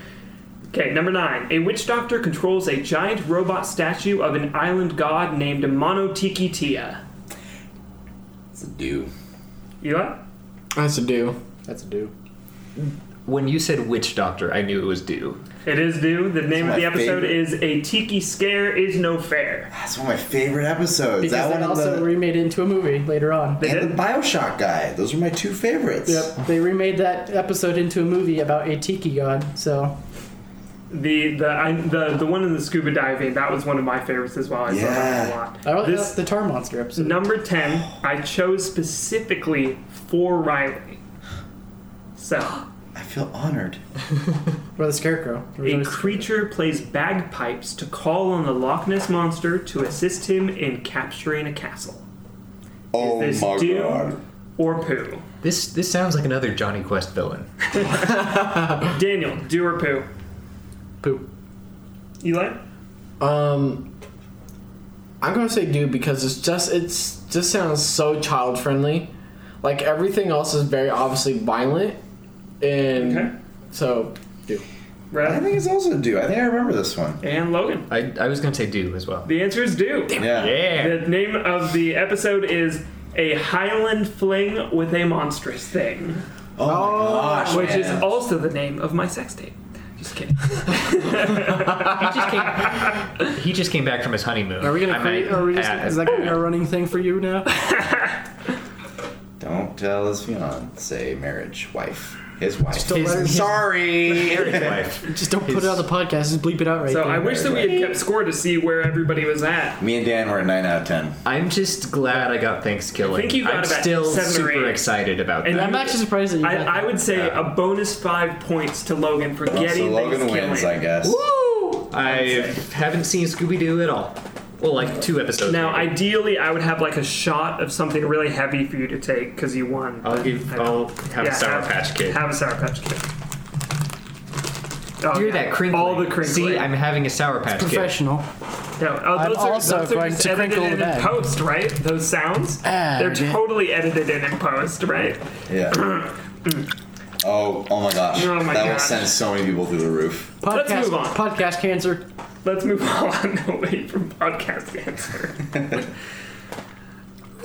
Speaker 2: okay, number nine. A witch doctor controls a giant robot statue of an island god named Monotikitia.
Speaker 3: It's a do.
Speaker 2: Eli?
Speaker 6: That's a do.
Speaker 7: That's a do.
Speaker 4: when you said witch doctor, I knew it was do.
Speaker 2: It is due. The name
Speaker 3: It's
Speaker 2: of the
Speaker 3: my
Speaker 2: episode
Speaker 3: favorite.
Speaker 2: is A Tiki Scare Is No Fair.
Speaker 3: That's one of my favorite episodes.
Speaker 7: Because
Speaker 3: that
Speaker 7: that
Speaker 3: one and
Speaker 7: also
Speaker 3: the,
Speaker 7: remade it into a movie later on.
Speaker 2: They
Speaker 3: and
Speaker 2: did?
Speaker 3: the Bioshock guy. Those are my two favorites.
Speaker 7: Yep. They remade that episode into a movie about a tiki god. So
Speaker 2: The the, I, the the one in the scuba diving, that was one of my favorites as well. I saw that a
Speaker 3: Yeah.
Speaker 2: lot.
Speaker 7: I really
Speaker 2: This-
Speaker 7: like the Tar Monster episode.
Speaker 2: Number 10, I chose specifically for Riley. So,
Speaker 3: I feel honored.
Speaker 7: Or the Scarecrow. There was
Speaker 2: a
Speaker 7: always-
Speaker 2: creature plays bagpipes to call on the Loch Ness monster to assist him in capturing a castle.
Speaker 3: Oh
Speaker 2: this
Speaker 3: my
Speaker 2: do?
Speaker 3: god.
Speaker 2: Or poo.
Speaker 4: This this sounds like another Johnny Quest villain.
Speaker 2: Daniel, do or poo?
Speaker 7: Poo.
Speaker 2: Eli?
Speaker 6: Um, I'm gonna say do because it's just it's just sounds so child friendly. Like everything else is very obviously violent, and
Speaker 2: Okay.
Speaker 6: so do.
Speaker 3: I
Speaker 2: Riley?
Speaker 3: think it's also a do. I think I remember this one.
Speaker 2: And Logan.
Speaker 4: I, I was gonna say do as well.
Speaker 2: The answer is do.
Speaker 3: Yeah.
Speaker 4: Yeah.
Speaker 2: The name of the episode is A Highland Fling with a Monstrous Thing,
Speaker 3: Oh, my gosh.
Speaker 2: which is
Speaker 3: man.
Speaker 2: also the name of my sex tape. Just kidding.
Speaker 4: He just came back from his honeymoon.
Speaker 7: Are we gonna
Speaker 4: I
Speaker 7: create?
Speaker 4: might
Speaker 7: Are we just?
Speaker 4: add-
Speaker 7: Is that gonna be our running thing for you now?
Speaker 3: Don't tell his fiance, marriage, wife, his wife.
Speaker 7: Just don't let her-
Speaker 3: Sorry.
Speaker 7: Just don't put it on the podcast. Just bleep it out right
Speaker 2: So
Speaker 7: there.
Speaker 2: I wish that we had kept score to see where everybody was at.
Speaker 3: Me and Dan were a nine out of ten.
Speaker 4: I'm just glad I got Thanksgiving.
Speaker 2: I think you got
Speaker 4: I'm
Speaker 2: about
Speaker 4: still
Speaker 2: seven or
Speaker 4: super
Speaker 2: eight.
Speaker 4: excited about
Speaker 2: And
Speaker 4: that.
Speaker 7: I'm actually surprised that you.
Speaker 2: I,
Speaker 7: got
Speaker 2: I would say a bonus five points to Logan for
Speaker 3: Well, so
Speaker 2: getting
Speaker 3: Logan
Speaker 2: things
Speaker 3: wins, I
Speaker 2: killing.
Speaker 3: guess.
Speaker 4: I haven't seen Scooby Doo at all. Well, like two episodes.
Speaker 2: Now,
Speaker 4: maybe.
Speaker 2: ideally, I would have like a shot of something really heavy for you to take because you won.
Speaker 4: I'll give.
Speaker 2: I
Speaker 4: I'll have
Speaker 2: Yeah,
Speaker 4: a Sour
Speaker 2: have-
Speaker 4: Patch Kid.
Speaker 2: Have a Sour Patch Kid. Oh,
Speaker 4: Hear
Speaker 2: yeah.
Speaker 4: that crinkling?
Speaker 2: All the crinkling.
Speaker 4: See, I'm having a Sour Patch Kid.
Speaker 7: professional.
Speaker 2: No, oh,
Speaker 7: I'm
Speaker 2: those are,
Speaker 7: also
Speaker 2: those are
Speaker 7: going
Speaker 2: just
Speaker 7: to
Speaker 2: edited
Speaker 7: crinkle
Speaker 2: in
Speaker 7: the
Speaker 2: in
Speaker 7: bag.
Speaker 2: post, right? Those sounds? They're
Speaker 7: And-
Speaker 2: totally edited in in post, right?
Speaker 3: Yeah. oh, oh my gosh.
Speaker 2: Oh my
Speaker 3: that will
Speaker 2: gosh.
Speaker 3: send so many people through the roof.
Speaker 7: Podcast,
Speaker 2: Let's move on.
Speaker 7: Podcast cancer.
Speaker 2: Let's move on away from podcast cancer.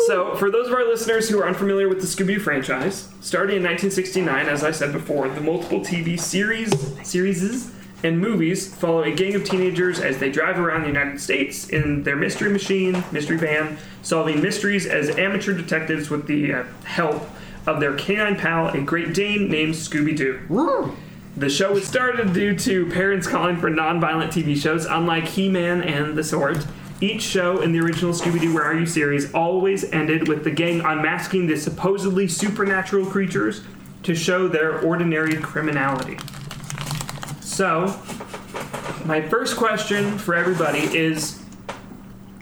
Speaker 2: so, for those of our listeners who are unfamiliar with the Scooby franchise, starting in 1969, as I said before, the multiple TV series, series, and movies follow a gang of teenagers as they drive around the United States in their mystery machine, mystery van, solving mysteries as amateur detectives with the uh, help of their canine pal, a Great Dane named Scooby Doo. The show was started due to parents calling for non-violent TV shows, unlike He-Man and The Sword. Each show in the original Scooby-Doo Where Are You series always ended with the gang unmasking the supposedly supernatural creatures to show their ordinary criminality. So, my first question for everybody is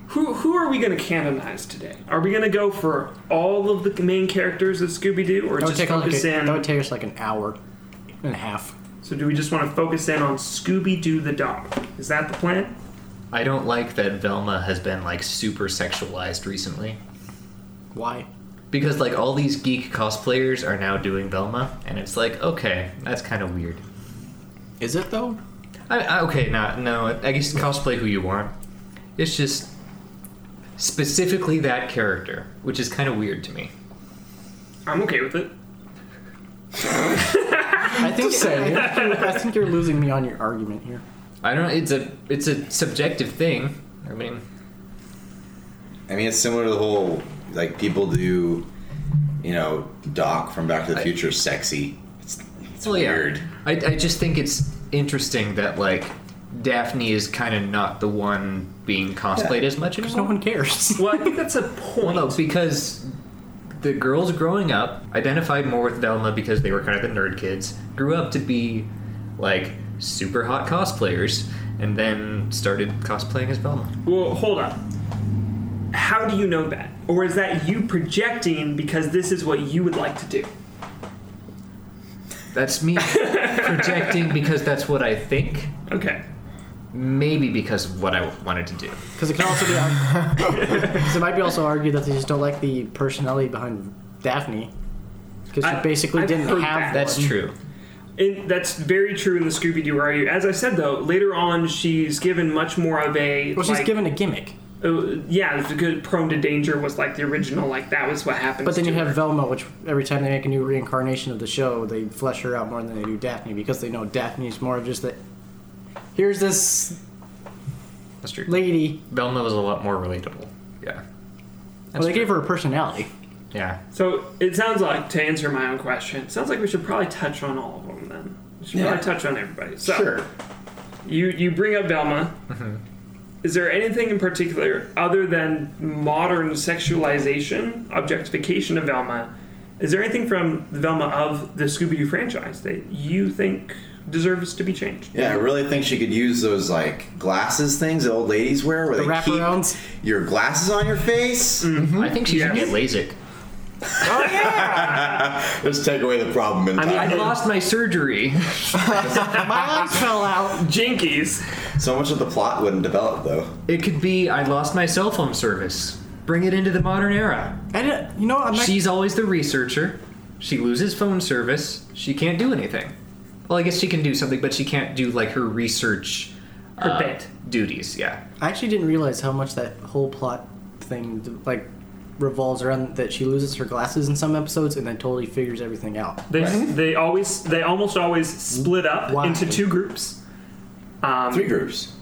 Speaker 2: who who are we going to canonize today? Are we going to go for all of the main characters of Scooby Doo, or
Speaker 7: That would,
Speaker 2: just
Speaker 7: take like
Speaker 2: focus
Speaker 7: a,
Speaker 2: in?
Speaker 7: that would take us like an hour and a half.
Speaker 2: so do we just want to focus in on Scooby Doo the dog? Is that the plan?
Speaker 4: I don't like that Velma has been like super sexualized recently.
Speaker 7: Why?
Speaker 4: Because like all these geek cosplayers are now doing Velma, and it's like, okay, that's kind of weird.
Speaker 7: Is it though?
Speaker 4: I, I, okay, not no. I guess cosplay who you want. It's just specifically that character, which is kind of weird to me.
Speaker 2: I'm okay with it.
Speaker 7: I think
Speaker 6: Just saying.
Speaker 7: I think you're- I think you're losing me on your argument here.
Speaker 4: I don't. It's a it's a subjective thing. I mean,
Speaker 3: I mean, it's similar to the whole like people do, you know, Doc from Back to the Future sexy. It's, it's
Speaker 4: Well, yeah.
Speaker 3: weird.
Speaker 4: I, I just think it's interesting that like Daphne is kind of not the one being cosplayed as much
Speaker 7: Because no
Speaker 4: anymore.
Speaker 7: one cares.
Speaker 2: Well, I think that's a point.
Speaker 4: Well, no, because the girls growing up identified more with Velma because they were kind of the nerd kids, grew up to be like super hot cosplayers, and then started cosplaying as Velma.
Speaker 2: Well, hold up. How do you know that? Or is that you projecting because this is what you would like to do?
Speaker 4: That's me projecting because that's what I think,
Speaker 2: Okay.
Speaker 4: maybe because of what I wanted to do.
Speaker 7: Because it can also be. Because it might be also argued that they just don't like the personality behind Daphne. Because she
Speaker 2: I-
Speaker 7: basically
Speaker 2: I've
Speaker 7: didn't
Speaker 2: heard that.
Speaker 7: have that.
Speaker 4: That's true.
Speaker 2: And that's very true in the Scooby Doo RU. As I said, though, later on she's given much more of a.
Speaker 7: Well, she's
Speaker 2: like,
Speaker 7: given a gimmick.
Speaker 2: Uh, yeah, it's good. Prone to danger was like the original. Like that was what happened.
Speaker 7: But then you have Velma, which every time they make a new reincarnation of the show, they flesh her out more than they do Daphne because they know Daphne's more of just that. Here's this
Speaker 4: That's true.
Speaker 7: lady.
Speaker 4: Velma was a lot more relatable. Yeah.
Speaker 7: Well, they gave her a personality.
Speaker 4: Yeah.
Speaker 2: So it sounds like to answer my own question, it sounds like we should probably touch on all of them then. We should
Speaker 3: Yeah.
Speaker 2: probably touch on everybody. So you you bring up Velma. Is there anything in particular other than modern sexualization, objectification of Velma? Is there anything from the Velma of the Scooby Doo franchise that you think deserves to be changed?
Speaker 3: Yeah, I really think she could use those like glasses things that old ladies wear, where
Speaker 7: The
Speaker 3: they keep
Speaker 7: wraparounds.
Speaker 3: your glasses on your face.
Speaker 2: Mm.
Speaker 4: I think she should
Speaker 2: Hmm? Yes.
Speaker 4: get LASIK.
Speaker 3: Let's take away the problem. In
Speaker 2: I mean,
Speaker 3: time.
Speaker 2: I lost
Speaker 4: my surgery.
Speaker 7: My eyes fell out.
Speaker 2: Jinkies.
Speaker 3: so much of the plot wouldn't develop though.
Speaker 4: It could be I lost my cell phone service. Bring it into the modern era.
Speaker 7: I didn't,
Speaker 2: uh,
Speaker 7: you know, I'm not.
Speaker 4: She's always the researcher. She loses phone service. She can't do anything. Well, I guess she can do something, but she can't do like her research uh,
Speaker 2: Her bit.
Speaker 4: duties. Yeah.
Speaker 7: I actually didn't realize how much that whole plot thing like revolves around that she loses her glasses in some episodes and then totally figures everything out.
Speaker 2: They, they always they almost always split up
Speaker 7: Why?
Speaker 2: into two groups. Um,
Speaker 3: Three groups.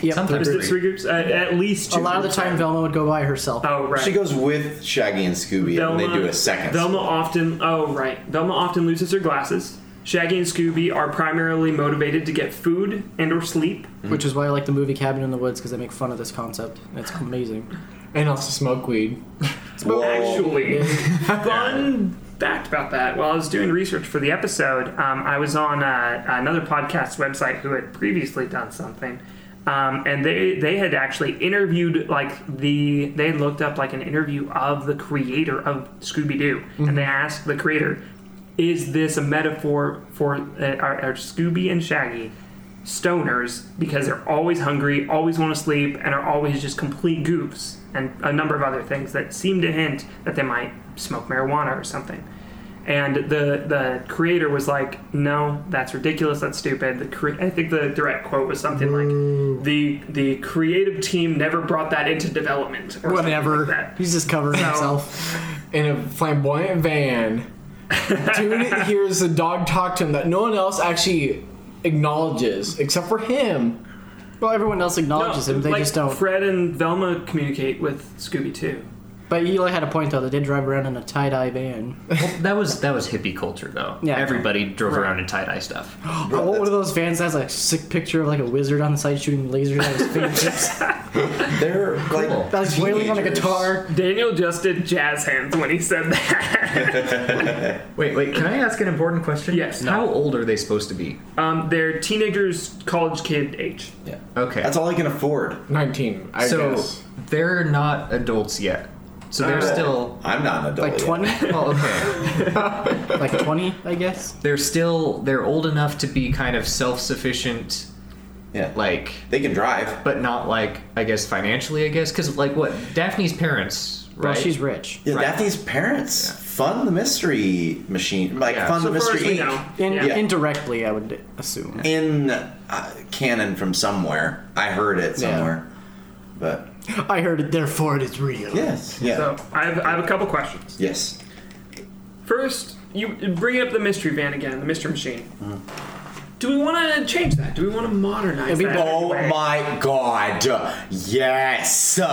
Speaker 7: Yeah,
Speaker 4: Sometimes
Speaker 2: Is it three groups? Uh, at least two
Speaker 7: a lot of the
Speaker 2: groups.
Speaker 7: time Velma would go by herself.
Speaker 2: Oh right.
Speaker 3: She goes with Shaggy and Scooby, and they do a second.
Speaker 2: Velma often. Oh right. Velma often loses her glasses. Shaggy and Scooby are primarily motivated to get food and or sleep.
Speaker 7: Which is why I like the movie Cabin in the Woods because they make fun of this concept. And it's amazing.
Speaker 6: And also smoke weed.
Speaker 3: Whoa.
Speaker 2: Actually, fun fact about that. While I was doing research for the episode, um, I was on uh, another podcast website who had previously done something. Um, and they, they had actually interviewed like the they had looked up like an interview of the creator of Scooby Doo, and they asked the creator, "Is this a metaphor for uh, are, are Scooby and Shaggy stoners because they're always hungry, always want to sleep, and are always just complete goofs, and a number of other things that seem to hint that they might smoke marijuana or something. And the the creator was like, "No, that's ridiculous. That's stupid." The cre- I think the direct quote was something like, "the the creative team never brought that into development." Or something like
Speaker 7: Whatever.
Speaker 2: that.
Speaker 7: He's just covering himself.
Speaker 6: In a flamboyant van. Dude hears the dog talk to him that no one else actually acknowledges except for him.
Speaker 7: Well, everyone else acknowledges him. They
Speaker 2: like
Speaker 7: just don't.
Speaker 2: Fred and Velma communicate with Scooby too.
Speaker 7: But Eli had a point though. They did drive around in a tie dye van.
Speaker 4: Well, that was that was hippie culture though.
Speaker 7: Yeah.
Speaker 4: Everybody drove around in tie dye stuff.
Speaker 7: Oh, what one of those vans that has a sick picture of like a wizard on the side shooting lasers at his fingertips?
Speaker 3: They're like
Speaker 7: that was wailing on a
Speaker 3: teenagers.
Speaker 7: guitar.
Speaker 2: Daniel just did jazz hands when he said that.
Speaker 4: Wait, wait. Can I ask an important question?
Speaker 2: Yes.
Speaker 4: How old are they supposed to be?
Speaker 2: um, they're teenagers, college kid age.
Speaker 3: Yeah.
Speaker 4: Okay.
Speaker 3: That's all I can afford.
Speaker 6: 19, I
Speaker 4: so
Speaker 6: guess.
Speaker 4: they're not adults yet. So they're still
Speaker 3: I'm not an adult.
Speaker 4: Oh,
Speaker 7: Like
Speaker 3: yet.
Speaker 7: twenty,
Speaker 4: well, okay.
Speaker 7: like twenty, I guess.
Speaker 4: They're still they're old enough to be kind of self-sufficient,
Speaker 3: Yeah. Like
Speaker 4: like
Speaker 3: they can drive.
Speaker 4: but not like I guess financially. I guess because like what Daphne's parents, right?
Speaker 7: Well, she's rich.
Speaker 3: Yeah,
Speaker 4: Right.
Speaker 3: Daphne's parents fund the mystery machine, like
Speaker 4: Yeah.
Speaker 3: fund
Speaker 2: So
Speaker 3: the
Speaker 2: far as
Speaker 3: mystery
Speaker 2: we
Speaker 3: Inc.
Speaker 2: know.
Speaker 7: In,
Speaker 2: Yeah.
Speaker 7: Indirectly, I would assume.
Speaker 3: in uh, canon from somewhere. I heard it
Speaker 7: Yeah.
Speaker 3: somewhere, but
Speaker 7: I heard it, therefore it is real.
Speaker 3: yes, yeah,
Speaker 2: So I have, I have a couple questions.
Speaker 3: yes.
Speaker 2: First, you bring up the mystery van again, the mystery machine.
Speaker 3: Mm-hmm.
Speaker 2: Do we want to change that? Do we want to modernize
Speaker 7: It'd be
Speaker 2: that? in any
Speaker 3: Oh
Speaker 2: way?
Speaker 3: my god, yes! you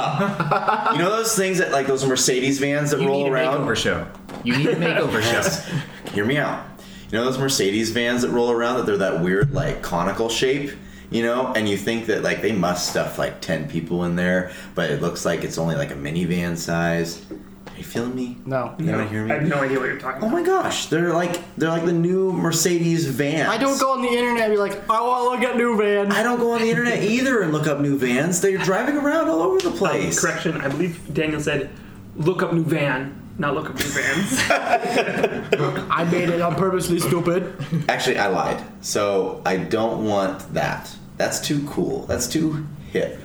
Speaker 3: know those things that like those Mercedes vans that
Speaker 4: you
Speaker 3: roll
Speaker 4: need a
Speaker 3: around.
Speaker 4: makeover show. You need a makeover show.
Speaker 3: Hear me out. You know those Mercedes vans that roll around that they're that weird like conical shape, you know, and you think that like they must stuff like ten people in there, but it looks like it's only like a minivan size. Are you feeling me?
Speaker 7: No.
Speaker 3: You don't hear
Speaker 2: I
Speaker 3: me?
Speaker 2: have no idea what you're talking
Speaker 3: Oh
Speaker 2: about.
Speaker 3: my gosh, they're like they're like the new Mercedes vans.
Speaker 7: I don't go on the internet and be like, I want to look at new van.
Speaker 3: I don't go on the internet either and look up new vans. They're driving around all over the place.
Speaker 2: Correction, I believe Daniel said, look up new van, not look up new vans.
Speaker 7: I made it on purposely stupid.
Speaker 3: Actually, I lied. So I don't want that. That's too cool. That's too hip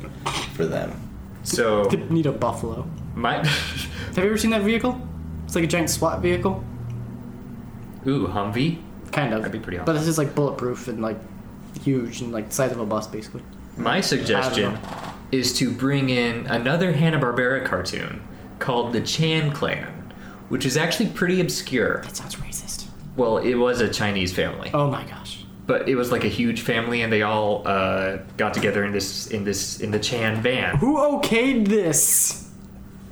Speaker 3: for them.
Speaker 4: So
Speaker 7: Need a buffalo.
Speaker 4: my
Speaker 7: Have you ever seen that vehicle? It's like a giant SWAT vehicle.
Speaker 4: ooh Humvee.
Speaker 7: Kind of.
Speaker 4: That'd be pretty awesome.
Speaker 7: But it's just like bulletproof and like huge and like the size of a bus basically.
Speaker 4: My suggestion is to bring in another Hanna-Barbera cartoon called The Chan Clan, which is actually pretty obscure.
Speaker 7: That sounds racist.
Speaker 4: Well, it was a Chinese family,
Speaker 7: Oh my gosh.
Speaker 4: but it was like a huge family, and they all uh, got together in this in this in the Chan van.
Speaker 7: Who okayed this?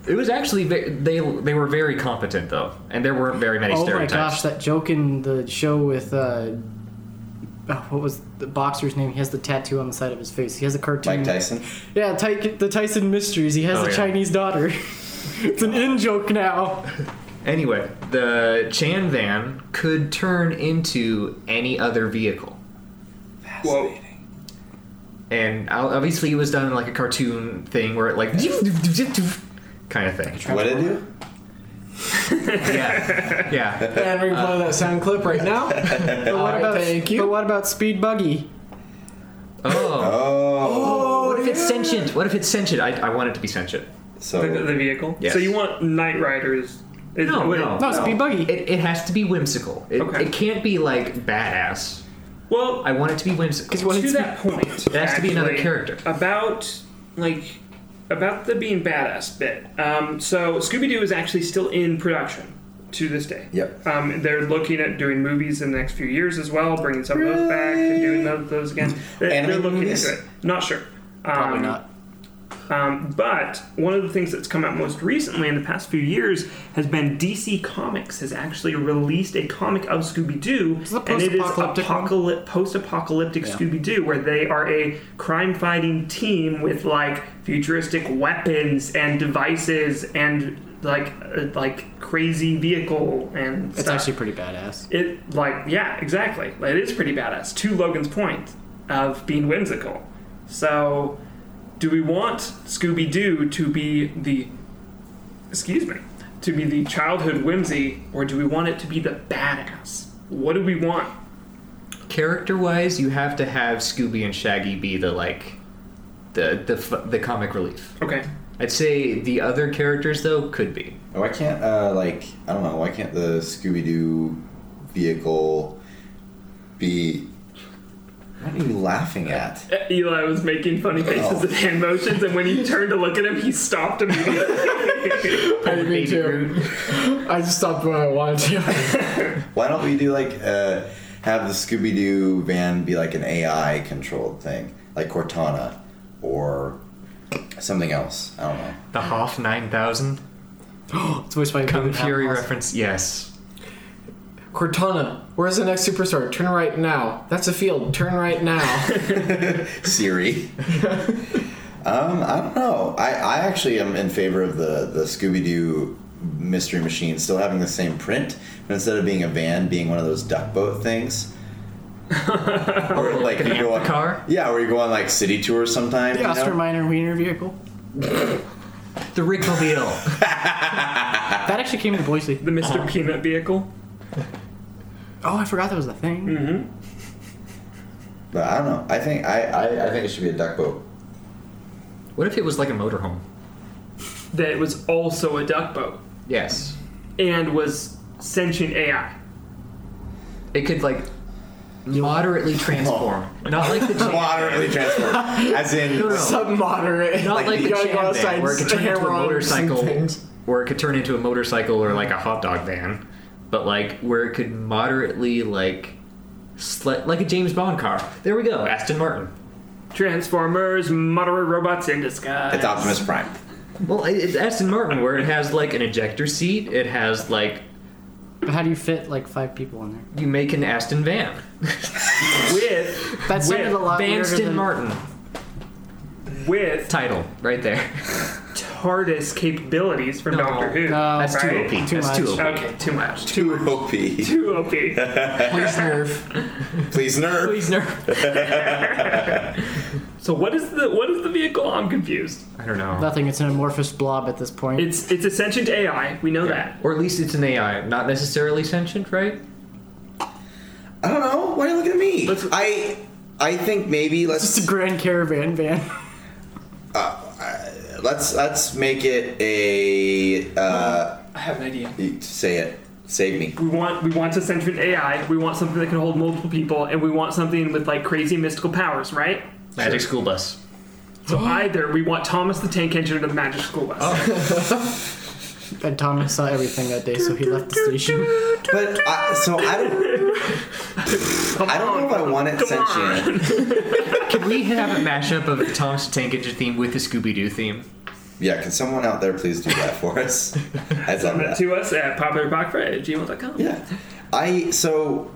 Speaker 4: It was actually ve- they they were very competent though, and there weren't very many
Speaker 7: Oh my
Speaker 4: stereotypes.
Speaker 7: gosh, that joke in the show with uh oh, what was the boxer's name? He has the tattoo on the side of his face. He has a cartoon.
Speaker 3: Mike Tyson.
Speaker 7: Yeah, Ty- the Tyson Mysteries. He has
Speaker 4: Oh,
Speaker 7: a
Speaker 4: yeah.
Speaker 7: Chinese daughter. it's an in joke now.
Speaker 4: Anyway, the Chan van could turn into any other vehicle.
Speaker 2: Whoa.
Speaker 4: and o- obviously it was done in like a cartoon thing where it like kind of thing.
Speaker 3: What did it do?
Speaker 4: Yeah, yeah.
Speaker 6: And we can play that sound clip right now.
Speaker 7: But what about
Speaker 6: thank
Speaker 7: But
Speaker 6: you.
Speaker 7: what about Speed Buggy?
Speaker 4: Oh,
Speaker 3: Oh.
Speaker 4: what if it's sentient? What if it's sentient? I, I want it to be sentient.
Speaker 3: So
Speaker 2: The, the vehicle?
Speaker 4: Yes.
Speaker 2: So you want Night Riders. Is-
Speaker 4: No,
Speaker 2: wait.
Speaker 4: no.
Speaker 7: No, Speed Buggy.
Speaker 4: It, it has to be whimsical. It,
Speaker 2: Okay.
Speaker 4: it can't be like badass.
Speaker 2: Well,
Speaker 4: I want it to be whimsical.
Speaker 7: Because what
Speaker 2: to
Speaker 7: it's
Speaker 2: that point,
Speaker 4: There has to be another
Speaker 2: actually,
Speaker 4: character.
Speaker 2: about like about the being badass bit. Um, so Scooby Doo is actually still in production to this day.
Speaker 3: Yep.
Speaker 2: Um, they're looking at doing movies in the next few years as well, bringing some of those back and doing those, those again. They- They're,
Speaker 3: Animated
Speaker 2: looking
Speaker 3: movies?
Speaker 2: into it. Not sure. Um,
Speaker 7: Probably not.
Speaker 2: Um, but one of the things that's come out most recently in the past few years has been DC Comics has actually released a comic of Scooby Doo,
Speaker 7: the
Speaker 2: and it is
Speaker 7: post-apocalyptic one?
Speaker 2: apocalyptic post-apocalyptic Scooby Doo, where they are a crime-fighting team with like futuristic weapons and devices and like uh, like crazy vehicle and
Speaker 7: It's
Speaker 2: stuff.
Speaker 7: actually pretty badass.
Speaker 2: it like yeah exactly Like, it is pretty badass to Logan's point of being whimsical. So, do we want Scooby Doo to be the excuse me to be the childhood whimsy, or do we want it to be the badass? What do we want?
Speaker 4: Character-wise, you have to have Scooby and Shaggy be the like the the f- the comic relief.
Speaker 2: Okay.
Speaker 4: I'd say the other characters though could be.
Speaker 3: why can't uh, like I don't know? Why can't the Scooby Doo vehicle be? What are you laughing at?
Speaker 2: Eli was making funny faces and hand motions, and when he turned to look at him, he stopped immediately.
Speaker 6: I did me too. I just stopped when I wanted to.
Speaker 3: Why don't we do like uh, have the Scooby Doo van be like an AI controlled thing, like Cortana or something else? I don't know.
Speaker 4: The Hoff nine thousand.
Speaker 7: It's voiced by
Speaker 4: Kung
Speaker 7: David
Speaker 4: Fury
Speaker 7: Attenborough.
Speaker 4: reference. Yes.
Speaker 6: Cortana, where's the next superstar? Turn right now. That's a field. Turn right now.
Speaker 3: Siri. um, I don't know. I, I actually am in favor of the, the Scooby Doo Mystery Machine still having the same print, but instead of being a van, being one of those duck boat things. or like you
Speaker 4: an
Speaker 3: go on,
Speaker 4: car?
Speaker 3: yeah, where you go on like city tours sometimes.
Speaker 7: The
Speaker 3: you know?
Speaker 7: Oscar Minor Wiener vehicle.
Speaker 4: The Rigmobile.
Speaker 7: That actually came to Boise.
Speaker 2: The Mr. Peanut vehicle.
Speaker 7: Oh, I forgot that was a thing.
Speaker 3: But I don't know. I think I, I, I think it should be a duck boat.
Speaker 4: what if it was like a motorhome?
Speaker 2: That was also a duck boat
Speaker 4: Yes.
Speaker 2: and was sentient AI.
Speaker 4: It could like moderately transform. Not like the jam,
Speaker 3: Moderately transport, as in
Speaker 4: No, no.
Speaker 6: Submoderate.
Speaker 4: not like the
Speaker 6: you gotta go
Speaker 4: jam
Speaker 6: outside
Speaker 4: van, where it could turn
Speaker 6: and
Speaker 4: into a
Speaker 6: stare on some
Speaker 4: motorcycle,
Speaker 6: things.
Speaker 4: or it could turn into a motorcycle or like a hot dog van, but like where it could moderately like. Sle- like a James Bond car. There we go, Aston Martin.
Speaker 2: Transformers, moderate robots in disguise.
Speaker 3: it's Optimus Prime.
Speaker 4: Well, it- it's Aston Martin where it has like an ejector seat. It has like
Speaker 7: But how do you fit like five people in there?
Speaker 4: you make an Aston van.
Speaker 2: with
Speaker 7: That sounded
Speaker 2: With
Speaker 7: a lot weirder
Speaker 4: Vanston
Speaker 7: than
Speaker 4: Martin
Speaker 2: with
Speaker 4: title right there.
Speaker 2: TARDIS capabilities from
Speaker 4: No,
Speaker 2: Doctor Who.
Speaker 7: no.
Speaker 4: That's too
Speaker 2: Right.
Speaker 4: OP.
Speaker 7: Too
Speaker 4: That's too OP.
Speaker 7: much.
Speaker 2: Okay, too much.
Speaker 3: Too OP.
Speaker 2: Too OP.
Speaker 7: Please nerf.
Speaker 3: Please nerf.
Speaker 4: Please, nerf.
Speaker 2: So what is the what is the vehicle? I'm confused.
Speaker 4: I don't know.
Speaker 7: Nothing. It's an amorphous blob at this point.
Speaker 2: It's it's a sentient AI. We know that.
Speaker 4: Or at least it's an AI, not necessarily sentient, right?
Speaker 3: I don't know. Why are you looking at me?
Speaker 2: Let's-
Speaker 3: I I think maybe let's
Speaker 7: It's a Grand Caravan van.
Speaker 3: let's let's make it a uh,
Speaker 2: I have an idea.
Speaker 3: say it save me.
Speaker 2: We want we want a sentient AI. We want something that can hold multiple people, and we want something with like crazy mystical powers, right?
Speaker 4: Magic school bus.
Speaker 2: So either we want Thomas the Tank Engine or the Magic School Bus.
Speaker 3: Oh,
Speaker 7: And Thomas saw everything that day, so he left the station.
Speaker 3: But I, so I don't
Speaker 2: Come
Speaker 3: I don't know if I want it
Speaker 2: Come on.
Speaker 3: sentient.
Speaker 4: Can we have a mashup of the Thomas the Tank Engine theme with the Scooby Doo theme?
Speaker 3: Yeah, can someone out there please do that for us? I'd love
Speaker 2: Send it
Speaker 3: that.
Speaker 2: to us at popularpopfred@gmail.com.
Speaker 3: Yeah, I so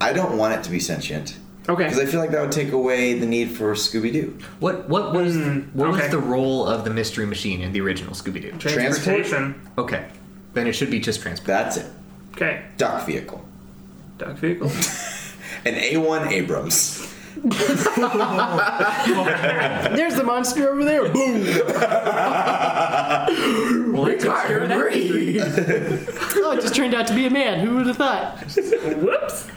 Speaker 3: I don't want it to be sentient because I
Speaker 2: Okay.
Speaker 3: feel like that would take away the need for Scooby Doo
Speaker 4: What what was what
Speaker 2: okay.
Speaker 4: was the role of the mystery machine in the original Scooby Doo?
Speaker 2: Transportation.
Speaker 4: Okay, then it should be just transport.
Speaker 3: That's it.
Speaker 2: Okay.
Speaker 3: Duck vehicle.
Speaker 2: Duck vehicle.
Speaker 3: An A1 Abrams.
Speaker 7: There's the monster over there. Boom.
Speaker 4: Well, that's
Speaker 7: Oh, it just turned out to be a man. Who would have thought?
Speaker 2: Whoops.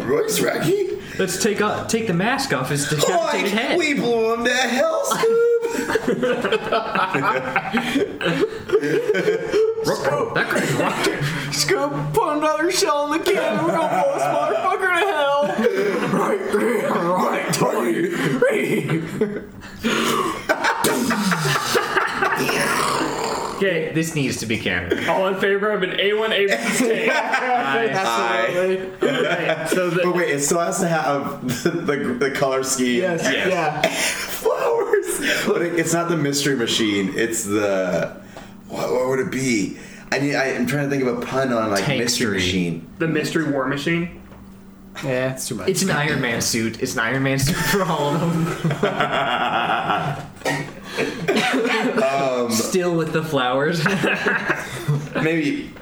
Speaker 3: Royce Raggy.
Speaker 4: Let's take off, take the mask off his decapitated
Speaker 3: Like,
Speaker 4: head.
Speaker 3: we blew him to hell, Scoob.
Speaker 4: That could be rocket.
Speaker 6: Scoop, put another shell in the can. We're gonna blow this motherfucker to hell. Right there, right
Speaker 2: Okay.
Speaker 4: This needs to be canon.
Speaker 2: All in favor of an A1 Abrams tank.
Speaker 3: Hi.
Speaker 2: Right, So the,
Speaker 3: But wait, it still has to have the, the, the color scheme.
Speaker 6: Yes, yeah.
Speaker 3: Flowers. But it- it's not the mystery machine. It's the what, what would it be? I need, I, am trying to think of a pun on like mystery
Speaker 4: Tankstery.
Speaker 3: machine.
Speaker 2: the mystery war machine.
Speaker 7: Yeah, it's too much.
Speaker 4: It's an Iron Man suit. It's an Iron Man suit for all of them.
Speaker 3: Um,
Speaker 4: Still with the flowers.
Speaker 3: Maybe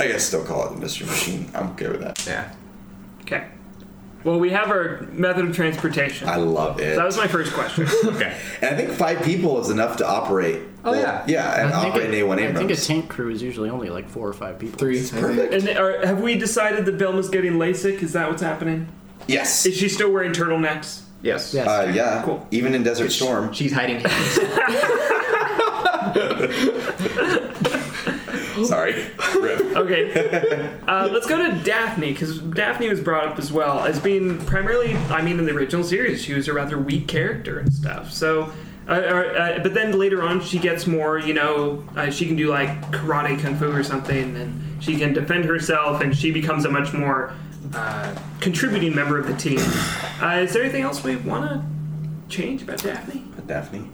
Speaker 3: I guess still call it the mystery machine. I'm okay with that.
Speaker 4: yeah.
Speaker 2: Okay. Well, we have our method of transportation.
Speaker 3: I love it.
Speaker 2: that was my first question.
Speaker 4: Okay.
Speaker 3: and I think five people is enough to operate.
Speaker 4: Oh, yeah.
Speaker 3: yeah, and
Speaker 7: I think,
Speaker 3: operate
Speaker 7: a-
Speaker 3: an A1
Speaker 7: I
Speaker 3: Abrams.
Speaker 7: think a tank crew is usually only like four or five people.
Speaker 6: Three.
Speaker 3: Perfect.
Speaker 2: and are, have we decided that Velma's getting LASIK? Is that what's happening?
Speaker 3: Yes.
Speaker 2: Is she still wearing turtlenecks?
Speaker 4: Yes.
Speaker 7: Yes.
Speaker 3: Uh, yeah.
Speaker 2: Cool.
Speaker 3: Even in Desert Storm.
Speaker 4: She's hiding hands.
Speaker 3: Sorry. Rip.
Speaker 2: Okay. uh, let's go to Daphne because Daphne was brought up as well as being primarily. I mean, in the original series, she was a rather weak character and stuff. So. Uh, uh, uh, but then later on, she gets more, you know, uh, she can do like karate, kung fu, or something, and she can defend herself, and she becomes a much more uh, contributing member of the team. Uh, is there anything else we want to change about Daphne?
Speaker 3: Daphne.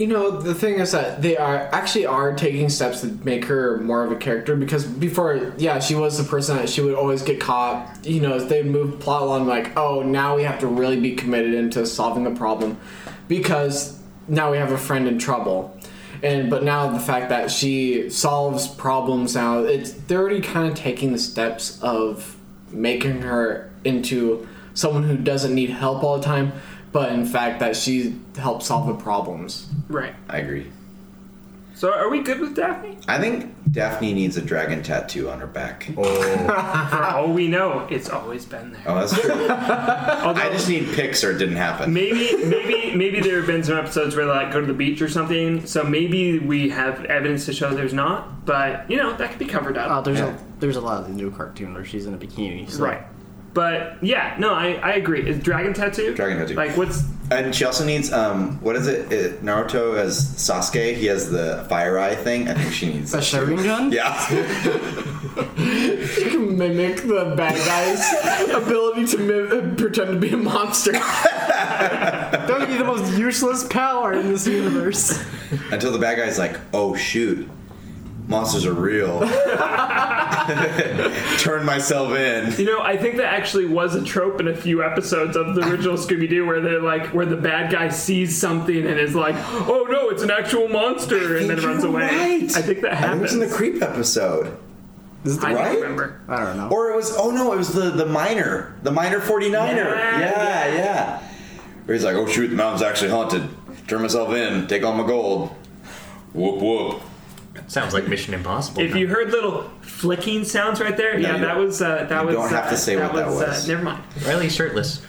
Speaker 6: You know, the thing is that they are actually are taking steps to make her more of a character because before, yeah, she was the person that she would always get caught. You know, they moved plot along like, oh, now we have to really be committed into solving the problem because now we have a friend in trouble. And but now the fact that she solves problems now, it's they're already kind of taking the steps of making her into someone who doesn't need help all the time, but in fact that she helps solve the problems.
Speaker 2: Right.
Speaker 3: I agree.
Speaker 2: So are we good with Daphne?
Speaker 3: I think Daphne needs a dragon tattoo on her back. Oh,
Speaker 2: For all we know, it's always been there.
Speaker 3: that's true.
Speaker 2: Although
Speaker 3: I just need pics or it didn't happen.
Speaker 2: maybe maybe maybe there have been some episodes where like go to the beach or something. So maybe we have evidence to show there's not, but you know, that could be covered up.
Speaker 7: Oh, there's
Speaker 3: Yeah.
Speaker 7: a there's a lot of the new cartoon where she's in a bikini. So.
Speaker 2: right. But yeah, no, I, I agree. Is dragon tattoo?
Speaker 3: Dragon tattoo.
Speaker 2: Like what's
Speaker 3: And she also needs um, what is it? it Naruto has Sasuke. He has the fire eye thing. I think she needs.
Speaker 7: A Sharingan?
Speaker 3: Yeah.
Speaker 6: You can mimic the bad guy's ability to mim- pretend to be a monster.
Speaker 7: That would be the most useless power in this universe.
Speaker 3: Until the bad guy's like, oh shoot, monsters are real. Turn myself in.
Speaker 2: You know, I think that actually was a trope in a few episodes of the original Scooby Doo where they're like, where the bad guy sees something and is like, oh no, it's an actual monster, and then
Speaker 3: You're
Speaker 2: runs away.
Speaker 3: right.
Speaker 2: I think that
Speaker 3: I think it
Speaker 2: happens.
Speaker 3: was in the creep episode.
Speaker 2: I don't
Speaker 3: right?
Speaker 2: remember.
Speaker 7: I don't know.
Speaker 3: Or it was oh no, it was the the miner, the miner 49er.
Speaker 2: Yeah,
Speaker 3: Yeah, yeah. Where he's like, oh shoot, the mountain's actually haunted. Turn myself in, take all my gold. Whoop whoop.
Speaker 4: Sounds like Mission Impossible.
Speaker 2: If you heard little flicking sounds right there, yeah,
Speaker 3: you-
Speaker 2: that was uh, that
Speaker 3: you
Speaker 2: was.
Speaker 3: don't
Speaker 2: uh,
Speaker 3: have to say what that was.
Speaker 2: Uh, never mind.
Speaker 4: Riley shirtless.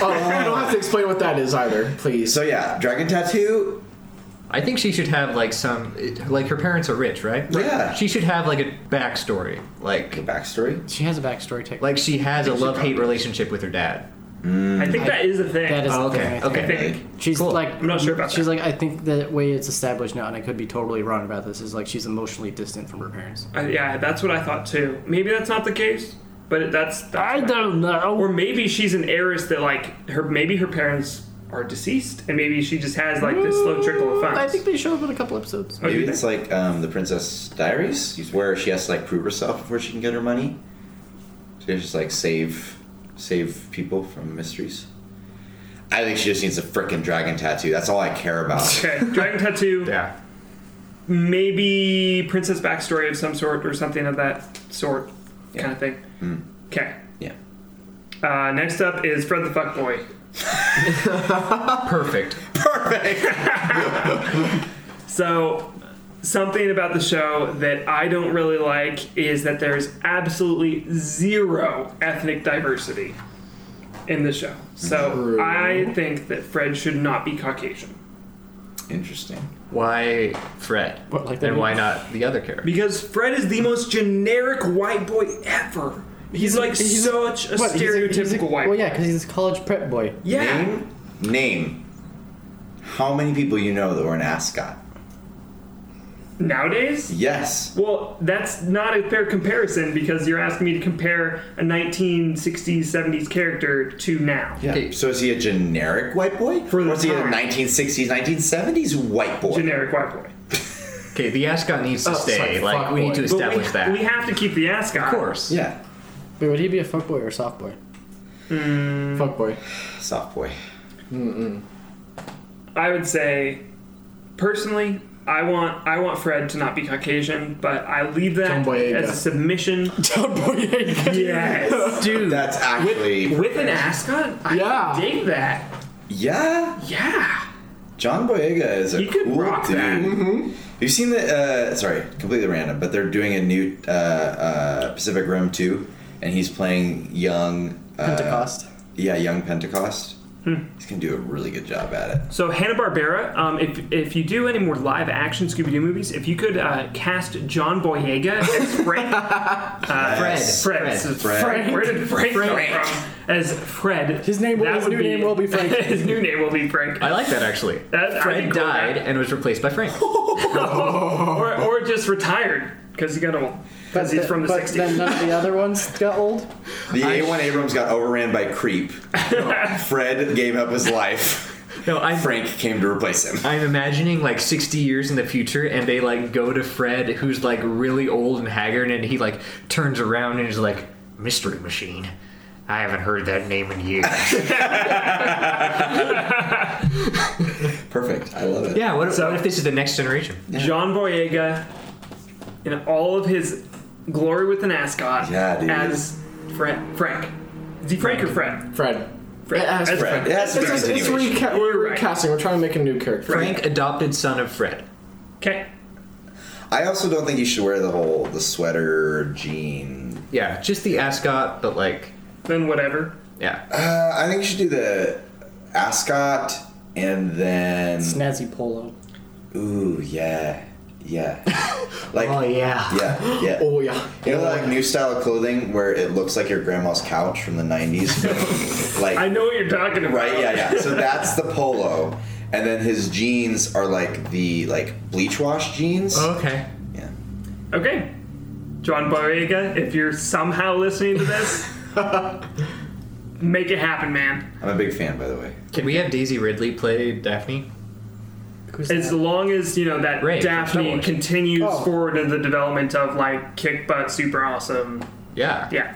Speaker 6: Oh, you don't have to explain what that is either, please.
Speaker 3: So yeah, dragon tattoo.
Speaker 4: I think she should have like some like her parents are rich, right?
Speaker 3: Yeah.
Speaker 4: She should have like a backstory, like
Speaker 3: Backstory.
Speaker 7: She has a backstory tech.
Speaker 4: like she has a love hate relationship with her dad.
Speaker 2: I think that is a thing.
Speaker 7: that is
Speaker 4: Oh,
Speaker 7: the thing,
Speaker 4: okay,
Speaker 7: I think.
Speaker 2: I
Speaker 4: okay.
Speaker 2: think.
Speaker 7: She's
Speaker 4: Cool.
Speaker 7: like
Speaker 2: I'm not sure about
Speaker 7: She's
Speaker 2: that.
Speaker 7: like I think the way it's established now, and I could be totally wrong about this, is like she's emotionally distant from her parents.
Speaker 2: Uh, yeah, that's what I thought too. Maybe that's not the case, but that's. that's what
Speaker 7: don't know.
Speaker 2: or maybe she's an heiress that like her maybe her parents are deceased and maybe she just has like this slow trickle of funds.
Speaker 7: I think they show up in a couple episodes.
Speaker 2: Oh, do
Speaker 3: Maybe
Speaker 2: they?
Speaker 3: it's like um, the Princess Diaries, where she has to like prove herself before she can get her money. So just like save, save people from mysteries. I think she just needs a frickin' dragon tattoo. That's all I care about.
Speaker 2: Okay, dragon tattoo.
Speaker 4: Yeah.
Speaker 2: Maybe princess backstory of some sort or something of that sort, kind
Speaker 3: Yeah. Hmm.
Speaker 2: of thing. Okay.
Speaker 3: yeah.
Speaker 2: Uh, next up is Fred the Fuck Boy.
Speaker 4: Perfect.
Speaker 2: So, something about the show that I don't really like is that there's absolutely zero ethnic diversity in the show. So,
Speaker 6: True.
Speaker 2: I think that Fred should not be Caucasian.
Speaker 3: Interesting.
Speaker 4: Why Fred?
Speaker 7: What, like that
Speaker 4: and why not the other character?
Speaker 2: Because Fred is the most generic white boy ever. He's like
Speaker 7: he's-
Speaker 2: such a
Speaker 7: What, he's a-
Speaker 2: stereotypical
Speaker 7: he's a-
Speaker 2: white boy.
Speaker 7: Well, yeah, because he's a college prep boy.
Speaker 2: yeah.
Speaker 3: Name, name. How many people you know that were an ascot?
Speaker 2: Nowadays?
Speaker 3: Yes.
Speaker 2: Well, that's not a fair comparison because you're asking me to compare a 1960s, 70s character to now.
Speaker 4: Okay.
Speaker 3: So is he a generic white boy?
Speaker 2: For the
Speaker 3: or is he a
Speaker 2: time.
Speaker 3: 1960s, 1970s white boy?
Speaker 2: Generic white boy.
Speaker 4: Okay, the ascot needs to
Speaker 6: Oh,
Speaker 4: stay.
Speaker 6: sorry,
Speaker 4: like
Speaker 6: fuck
Speaker 4: we need to
Speaker 6: boy.
Speaker 2: But
Speaker 4: establish
Speaker 2: we,
Speaker 4: that.
Speaker 2: we have to keep the ascot.
Speaker 4: of course.
Speaker 3: yeah.
Speaker 7: Wait, would he be a fuck boy or a soft boy?
Speaker 6: Fuck boy.
Speaker 3: Soft boy.
Speaker 2: I would say, personally, I want I want Fred to not be Caucasian, but I leave that
Speaker 6: John Boyega.
Speaker 2: as a submission.
Speaker 6: Fuck boy.
Speaker 2: yes, dude.
Speaker 3: That's actually.
Speaker 2: Hmm. With an ascot, I
Speaker 6: Yeah.
Speaker 2: dig that.
Speaker 3: yeah.
Speaker 2: Yeah.
Speaker 3: John Boyega is a
Speaker 2: He could
Speaker 3: cool
Speaker 2: rock
Speaker 3: dude. Mm-hmm.
Speaker 2: that.
Speaker 3: Have you seen the? Uh, sorry, completely random, but they're doing a new uh, uh, Pacific Rim two, and he's playing young uh,
Speaker 7: Pentecost.
Speaker 3: Yeah, young Pentecost.
Speaker 2: Hmm.
Speaker 3: He's gonna do a really good job at it.
Speaker 2: So Hanna Barbera, um, if if you do any more live action Scooby Doo movies, if you could uh, cast John Boyega as Frank,
Speaker 4: Fred.
Speaker 2: Fred, so Frank. where did Frank, come from? As Fred,
Speaker 7: His name will-
Speaker 2: that
Speaker 7: his
Speaker 2: would
Speaker 7: new name will be Frank.
Speaker 2: his new name will be Frank,
Speaker 4: I like that actually.
Speaker 2: That- I
Speaker 4: Fred
Speaker 2: think we're
Speaker 4: died
Speaker 2: right.
Speaker 4: and was replaced by Frank.
Speaker 2: or or just retired because he got old because he's
Speaker 7: Th-
Speaker 2: from the
Speaker 7: but
Speaker 2: '60s.
Speaker 7: then none of the other ones got old.
Speaker 3: The A one Abrams got overran by creep. Fred gave up his life.
Speaker 4: No, I
Speaker 3: Frank came to replace him.
Speaker 4: I'm imagining like 60 years in the future, and they like go to Fred, who's like really old and haggard, and he like turns around and is like, "Mystery Machine, I haven't heard that name in years."
Speaker 3: Perfect. I love it.
Speaker 4: yeah, what,
Speaker 2: So-
Speaker 4: what if this is the next generation?
Speaker 2: John Boyega in all of his glory with an ascot
Speaker 3: Yeah, dude.
Speaker 2: as Fran- Frank. Is he Frank, or Fred?
Speaker 6: Fred.
Speaker 2: Fred.
Speaker 6: As
Speaker 2: As
Speaker 3: Fred. It has to be
Speaker 6: It's, it's, it's
Speaker 3: continuation.
Speaker 6: reca- we're
Speaker 2: Right.
Speaker 6: recasting. We're trying to make a new character.
Speaker 4: Frank, adopted son of Fred.
Speaker 2: Okay.
Speaker 3: I also don't think you should wear the whole the sweater jean.
Speaker 4: Yeah, just the ascot, but like,
Speaker 2: Then whatever.
Speaker 4: yeah,
Speaker 3: Uh, I think you should do the ascot and then
Speaker 7: Snazzy polo.
Speaker 3: ooh yeah yeah like
Speaker 7: Oh yeah.
Speaker 3: yeah yeah.
Speaker 6: Oh yeah.
Speaker 3: You know, like new style of clothing where it looks like your grandma's couch from the '90s. like
Speaker 2: I know what you're talking about.
Speaker 3: Right, yeah, yeah. So that's the polo. And then his jeans are like the like bleach wash jeans.
Speaker 4: okay.
Speaker 3: Yeah.
Speaker 2: Okay. John Boyega, if you're somehow listening to this, make it happen, man.
Speaker 3: I'm a big fan by the way.
Speaker 4: Can we have Daisy Ridley play Daphne?
Speaker 7: Who's
Speaker 2: As
Speaker 7: that?
Speaker 2: long as, you know, that
Speaker 4: Ray from Star
Speaker 2: Daphne
Speaker 4: Wars.
Speaker 2: continues
Speaker 6: Oh.
Speaker 2: forward in the development of, like, kick butt, super awesome.
Speaker 4: Yeah.
Speaker 2: Yeah.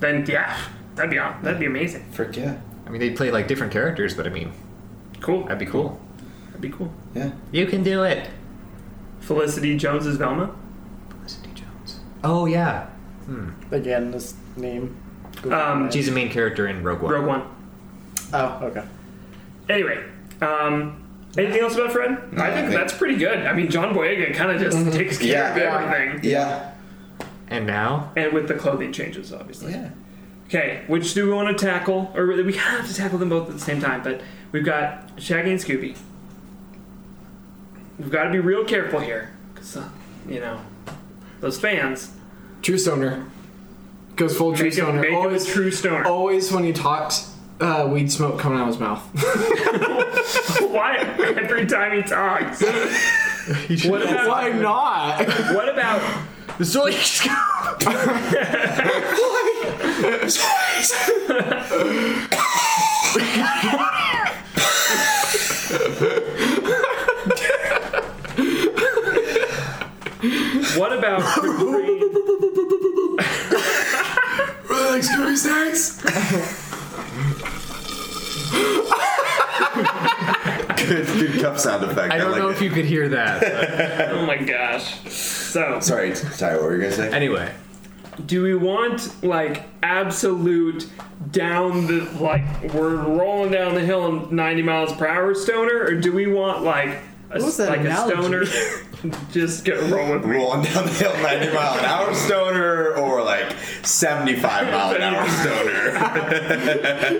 Speaker 2: Then, yeah. That'd be aw- That'd be amazing.
Speaker 3: Frick yeah.
Speaker 4: I mean, they play like different characters, but I mean,
Speaker 2: Cool.
Speaker 4: that'd be cool.
Speaker 2: That'd be cool.
Speaker 3: Yeah.
Speaker 4: You can do it.
Speaker 2: Felicity Jones as Velma.
Speaker 4: Felicity Jones. Oh yeah,
Speaker 7: Again, this name.
Speaker 2: Um,
Speaker 4: she's a main character in Rogue One.
Speaker 2: Rogue One.
Speaker 7: Oh, okay.
Speaker 2: Anyway, um, anything else about Fred?
Speaker 3: No,
Speaker 2: I
Speaker 3: I
Speaker 2: think
Speaker 3: think- Mm-hmm.
Speaker 2: that's pretty good. I mean, John Boyega kind of just takes care of
Speaker 3: Yeah.
Speaker 2: everything,
Speaker 3: Yeah.
Speaker 4: And now
Speaker 2: and with the clothing changes, obviously.
Speaker 3: Yeah.
Speaker 2: Okay, which do we want to tackle? Or really, we have to tackle them both at the same time, but we've got Shaggy and Scooby. We've got to be real careful here, because, uh, you know, those fans
Speaker 6: True stoner. Goes full true
Speaker 2: make him,
Speaker 6: stoner.
Speaker 2: make him a
Speaker 6: Always,
Speaker 2: true stoner.
Speaker 6: always when he talks, uh, weed smoke coming out of his mouth.
Speaker 2: Why every time he talks? what, about,
Speaker 6: Why not?
Speaker 2: what about What about the green?
Speaker 6: Excuse snacks.
Speaker 3: Good good cup sound effect.
Speaker 4: I don't know if you could hear that. but
Speaker 2: Oh my gosh. So,
Speaker 3: Sorry, Ty, what were you gonna say?
Speaker 4: anyway,
Speaker 2: do we want like absolute down the like we're rolling down the hill in 90 miles per hour stoner, or do we want like a,
Speaker 7: was that
Speaker 2: like a
Speaker 7: analogy?
Speaker 2: stoner just get roll with me?
Speaker 3: Rolling down the hill 90 mile an hour stoner or like 75 mile an hour stoner.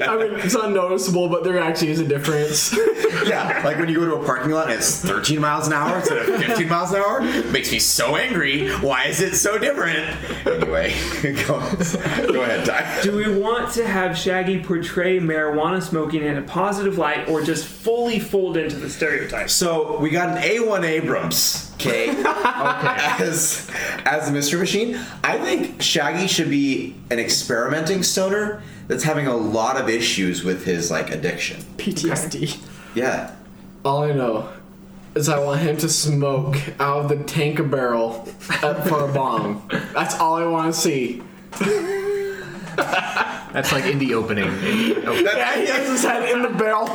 Speaker 6: I mean, it's unnoticeable, but there actually is a difference.
Speaker 3: yeah, like when you go to a parking lot and it's 13 miles an hour instead of 15 miles an hour. Makes me so angry. Why is it so different? Anyway, go, go ahead, Ty.
Speaker 2: Do we want to have Shaggy portray marijuana smoking in a positive light, or just fully fold into the stereotypes?
Speaker 3: So we got an A1 Abrams, okay, as as the Mystery Machine. I think Shaggy should be an experimenting stoner that's having a lot of issues with his like addiction.
Speaker 7: PTSD.
Speaker 3: Yeah,
Speaker 6: All I know is I want him to smoke out of the tank barrel at, for a bomb. That's all I want to see.
Speaker 4: that's like in the opening.
Speaker 6: Yeah, he has his head in the barrel.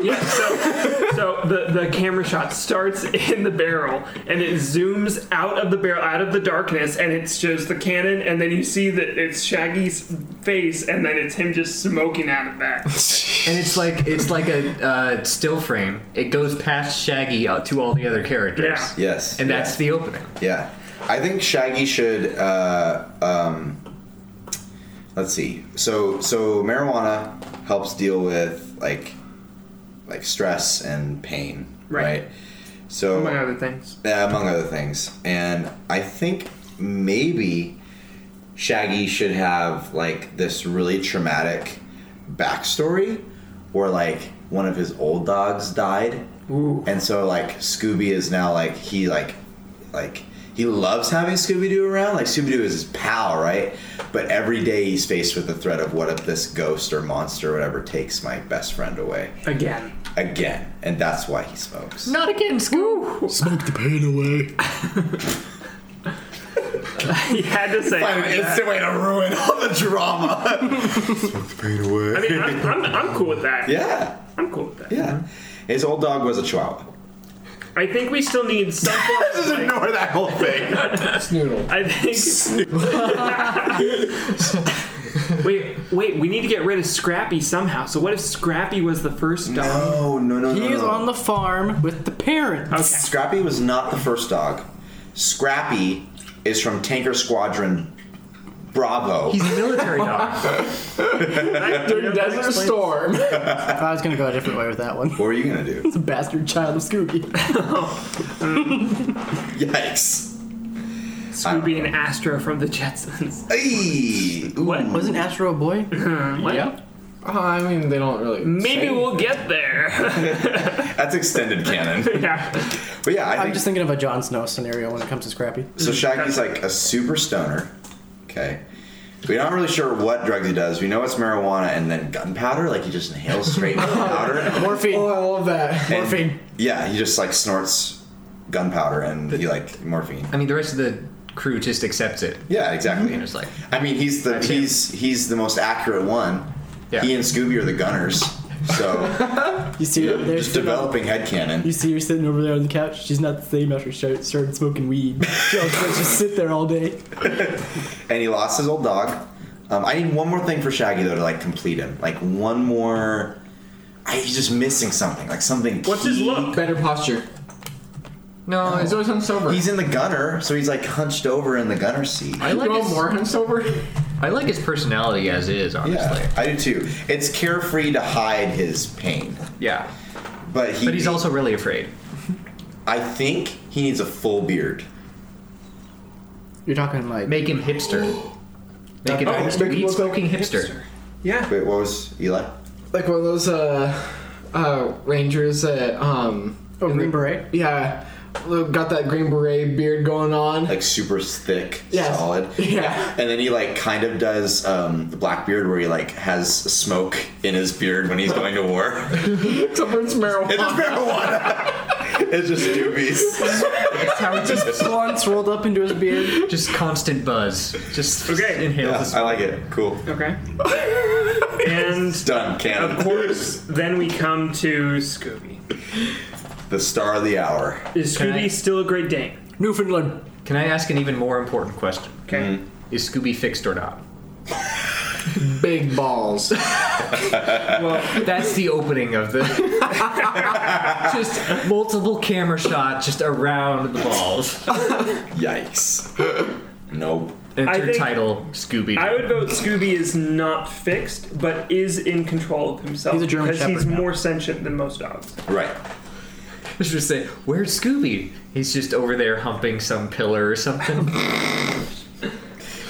Speaker 2: Yeah, so, so the, the camera shot starts in the barrel and it zooms out of the barrel, out of the darkness, and it shows the cannon, and then you see that it's Shaggy's face, and then it's him just smoking out of that.
Speaker 4: And it's like it's like a uh, still frame. It goes past Shaggy out to all the other characters.
Speaker 2: Yeah.
Speaker 3: Yes.
Speaker 4: And that's the opening.
Speaker 3: yeah. I think Shaggy should. Uh, um, let's see. So so marijuana helps deal with like like stress and pain,
Speaker 2: Right. Oh
Speaker 3: right? So
Speaker 2: Among other things.
Speaker 3: Yeah, uh, among other things. And I think maybe Shaggy should have like this really traumatic backstory where like one of his old dogs died. And so like Scooby is now like he like like he loves having Scooby Doo around. Like Scooby Doo is his pal, right? But every day he's faced with the threat of what if this ghost or monster or whatever takes my best friend away
Speaker 2: Again.
Speaker 3: again, and that's why he smokes.
Speaker 4: Not again, Scoob.
Speaker 8: Smoke the pain away.
Speaker 2: You had to say
Speaker 3: Find an instant way to ruin all the drama.
Speaker 8: Pain away.
Speaker 2: I mean, I'm, I'm, I'm cool with that.
Speaker 3: yeah,
Speaker 2: I'm cool with that.
Speaker 3: yeah. His old dog was a chihuahua.
Speaker 2: I think we still need some form of,
Speaker 3: Just
Speaker 2: like,
Speaker 3: ignore that whole thing.
Speaker 6: Snoodle.
Speaker 2: I think. wait, wait. We need to get rid of Scrappy somehow. So what if Scrappy was the first dog?
Speaker 3: No, Oh, no, no, no.
Speaker 7: He is
Speaker 3: no.
Speaker 7: on the farm with the parents.
Speaker 2: Okay.
Speaker 3: Scrappy was not the first dog. Scrappy is from Tanker Squadron Bravo.
Speaker 4: He's a military dog.
Speaker 2: During
Speaker 6: Desert Storm.
Speaker 7: I was gonna go a different way with that one.
Speaker 3: what were you gonna do?
Speaker 7: The bastard child of Scooby.
Speaker 3: Yikes.
Speaker 2: Scooby and Astro from the Jetsons.
Speaker 3: Ay, ooh.
Speaker 2: What?
Speaker 7: Wasn't Astro a boy?
Speaker 2: What?
Speaker 6: Uh, I mean, they don't really.
Speaker 2: Maybe
Speaker 6: say.
Speaker 2: we'll get there.
Speaker 3: That's extended canon.
Speaker 2: yeah.
Speaker 3: But yeah, I think
Speaker 7: I'm just thinking of a Jon Snow scenario when it comes to Scrappy.
Speaker 3: So Shaggy's like a super stoner. Okay. We're not really sure what drugs he does. We know it's marijuana and then gunpowder. Like he just inhales straight gunpowder.
Speaker 7: Morphine.
Speaker 6: Oh, I love that.
Speaker 3: And-
Speaker 7: Morphine.
Speaker 3: Yeah, he just like snorts gunpowder and he like morphine.
Speaker 4: I mean, the rest of the crew just accepts it.
Speaker 3: Yeah, exactly.
Speaker 4: And it's like,
Speaker 3: I mean, he's the
Speaker 4: That's him.
Speaker 3: he's he's the most accurate one.
Speaker 4: Yeah.
Speaker 3: He and Scooby are the gunners. So
Speaker 7: You see her there?
Speaker 3: just
Speaker 7: sitting on-
Speaker 3: developing headcanon.
Speaker 7: You see her sitting over there on the couch. She's not the same after she started- started smoking weed. She'll just sit there all day.
Speaker 3: And he lost his old dog. Um, I need one more thing for Shaggy though to like complete him. Like one more. I, he's just missing something. Like something.
Speaker 2: What's his
Speaker 3: key.
Speaker 2: look?
Speaker 6: Better posture.
Speaker 4: no, it's
Speaker 6: He's always hungover.
Speaker 3: He's in the gunner, so he's like hunched over in the gunner seat.
Speaker 4: I
Speaker 6: you
Speaker 4: like
Speaker 6: want
Speaker 4: his,
Speaker 6: more hungover?
Speaker 4: I like his personality as is, honestly.
Speaker 3: Yeah, I do too. It's carefree to hide his pain,
Speaker 4: Yeah.
Speaker 3: but he.
Speaker 4: But he's also really afraid.
Speaker 3: I think he needs a full beard.
Speaker 7: You're talking like
Speaker 4: Make him hipster. Make him
Speaker 6: Oh, make
Speaker 4: a weed
Speaker 6: him look like
Speaker 4: smoking hipster.
Speaker 2: Yeah.
Speaker 3: Wait, what was Eli?
Speaker 6: Like one of those uh, uh, rangers that um.
Speaker 7: Oh,
Speaker 6: in
Speaker 7: Green
Speaker 6: the-
Speaker 7: Beret?
Speaker 6: Yeah, got that green beret beard going on.
Speaker 3: Like super thick,
Speaker 6: Yes.
Speaker 3: solid.
Speaker 6: yeah.
Speaker 3: And then he like kind of does um, the Blackbeard, where he like has smoke in his beard when he's going to war.
Speaker 6: Except for
Speaker 3: It's
Speaker 6: it's marijuana.
Speaker 3: just marijuana. it's just doobies.
Speaker 4: That's how it just
Speaker 7: blunts rolled up into his beard.
Speaker 4: just constant buzz. Just
Speaker 2: Okay.
Speaker 4: inhale
Speaker 3: Yeah,
Speaker 4: this.
Speaker 3: I like it. Cool.
Speaker 2: Okay. and
Speaker 3: It's done. Canon.
Speaker 2: of course, then we come to Scooby.
Speaker 3: The star of the hour.
Speaker 2: Is
Speaker 4: Can
Speaker 2: Scooby
Speaker 4: I-
Speaker 2: still a Great Dane?
Speaker 7: Newfoundland.
Speaker 4: Can I ask an even more important question?
Speaker 2: Okay.
Speaker 6: Mm.
Speaker 4: Is Scooby fixed or not?
Speaker 6: Big balls.
Speaker 4: Well, that's the opening of the just multiple camera shot just around the balls.
Speaker 3: Yikes. nope.
Speaker 4: Enter
Speaker 2: think-
Speaker 4: title Scooby.
Speaker 2: I would vote Scooby is not fixed, but is in control of himself.
Speaker 7: He's a German
Speaker 2: because he's
Speaker 7: Shepherd now.
Speaker 2: more sentient than most dogs.
Speaker 3: Right.
Speaker 4: Let's just say, where's Scooby? He's just over there humping some pillar or something.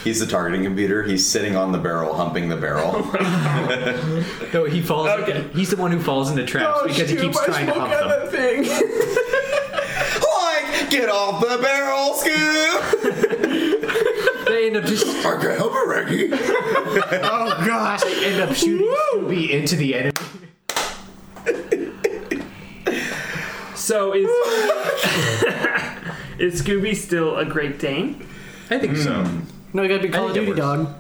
Speaker 3: He's the targeting computer. He's sitting on the barrel, humping the barrel.
Speaker 4: no, he falls.
Speaker 2: Okay. Oh,
Speaker 4: He's the one who falls into
Speaker 6: Oh,
Speaker 4: traps because he keeps trying to hump them.
Speaker 6: that thing.
Speaker 3: like, get off the barrel, Scoob.
Speaker 4: They end up just
Speaker 8: I can help her, Reggie.
Speaker 7: Oh gosh.
Speaker 4: end up shooting Scooby into the enemy.
Speaker 2: So is is Scooby still a Great Dane?
Speaker 4: I think so.
Speaker 7: No, you gotta be Call of
Speaker 4: think it
Speaker 7: Duty
Speaker 4: works.
Speaker 7: dog.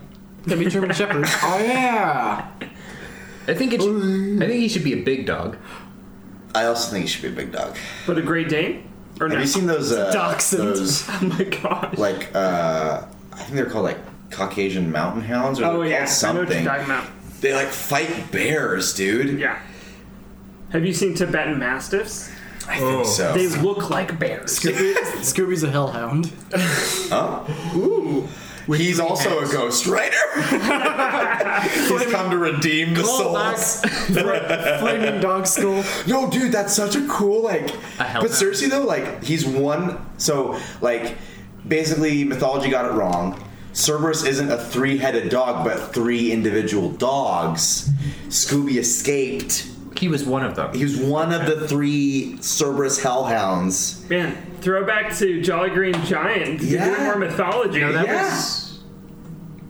Speaker 7: Gotta be German Shepherd.
Speaker 6: Oh yeah.
Speaker 4: I think it. Should, I think he should be a big dog.
Speaker 3: I also think he should be a big dog.
Speaker 2: But a Great Dane? Or
Speaker 3: Have
Speaker 2: no?
Speaker 3: you seen those? Uh,
Speaker 7: Dachshund.
Speaker 3: Those
Speaker 2: Oh my gosh.
Speaker 3: like uh, I think they're called like Caucasian mountain hounds or
Speaker 2: oh
Speaker 3: they're
Speaker 2: yeah.
Speaker 3: called
Speaker 2: I know what you're
Speaker 3: something.
Speaker 2: talking about.
Speaker 3: They like fight bears, dude.
Speaker 2: Yeah. Have you seen Tibetan Mastiffs?
Speaker 3: I think so.
Speaker 2: They look like bears.
Speaker 7: Scooby, Scooby's a hellhound.
Speaker 3: oh. Ooh. He's also a ghost writer. He's come to redeem the
Speaker 4: Oh,
Speaker 3: souls.
Speaker 7: Flaming dog skull.
Speaker 3: No, dude, that's such a cool like.
Speaker 4: hell
Speaker 3: But
Speaker 4: no.
Speaker 3: seriously though, like he's one. So like, basically, mythology got it wrong. Cerberus isn't a three-headed dog, but three individual dogs. Scooby escaped.
Speaker 4: He was one of them.
Speaker 3: He was one of the three Cerberus Hellhounds.
Speaker 2: Man, throwback to Jolly Green Giant. You're
Speaker 3: Yeah.
Speaker 2: doing more mythology.
Speaker 4: No, that
Speaker 3: Yeah.
Speaker 4: was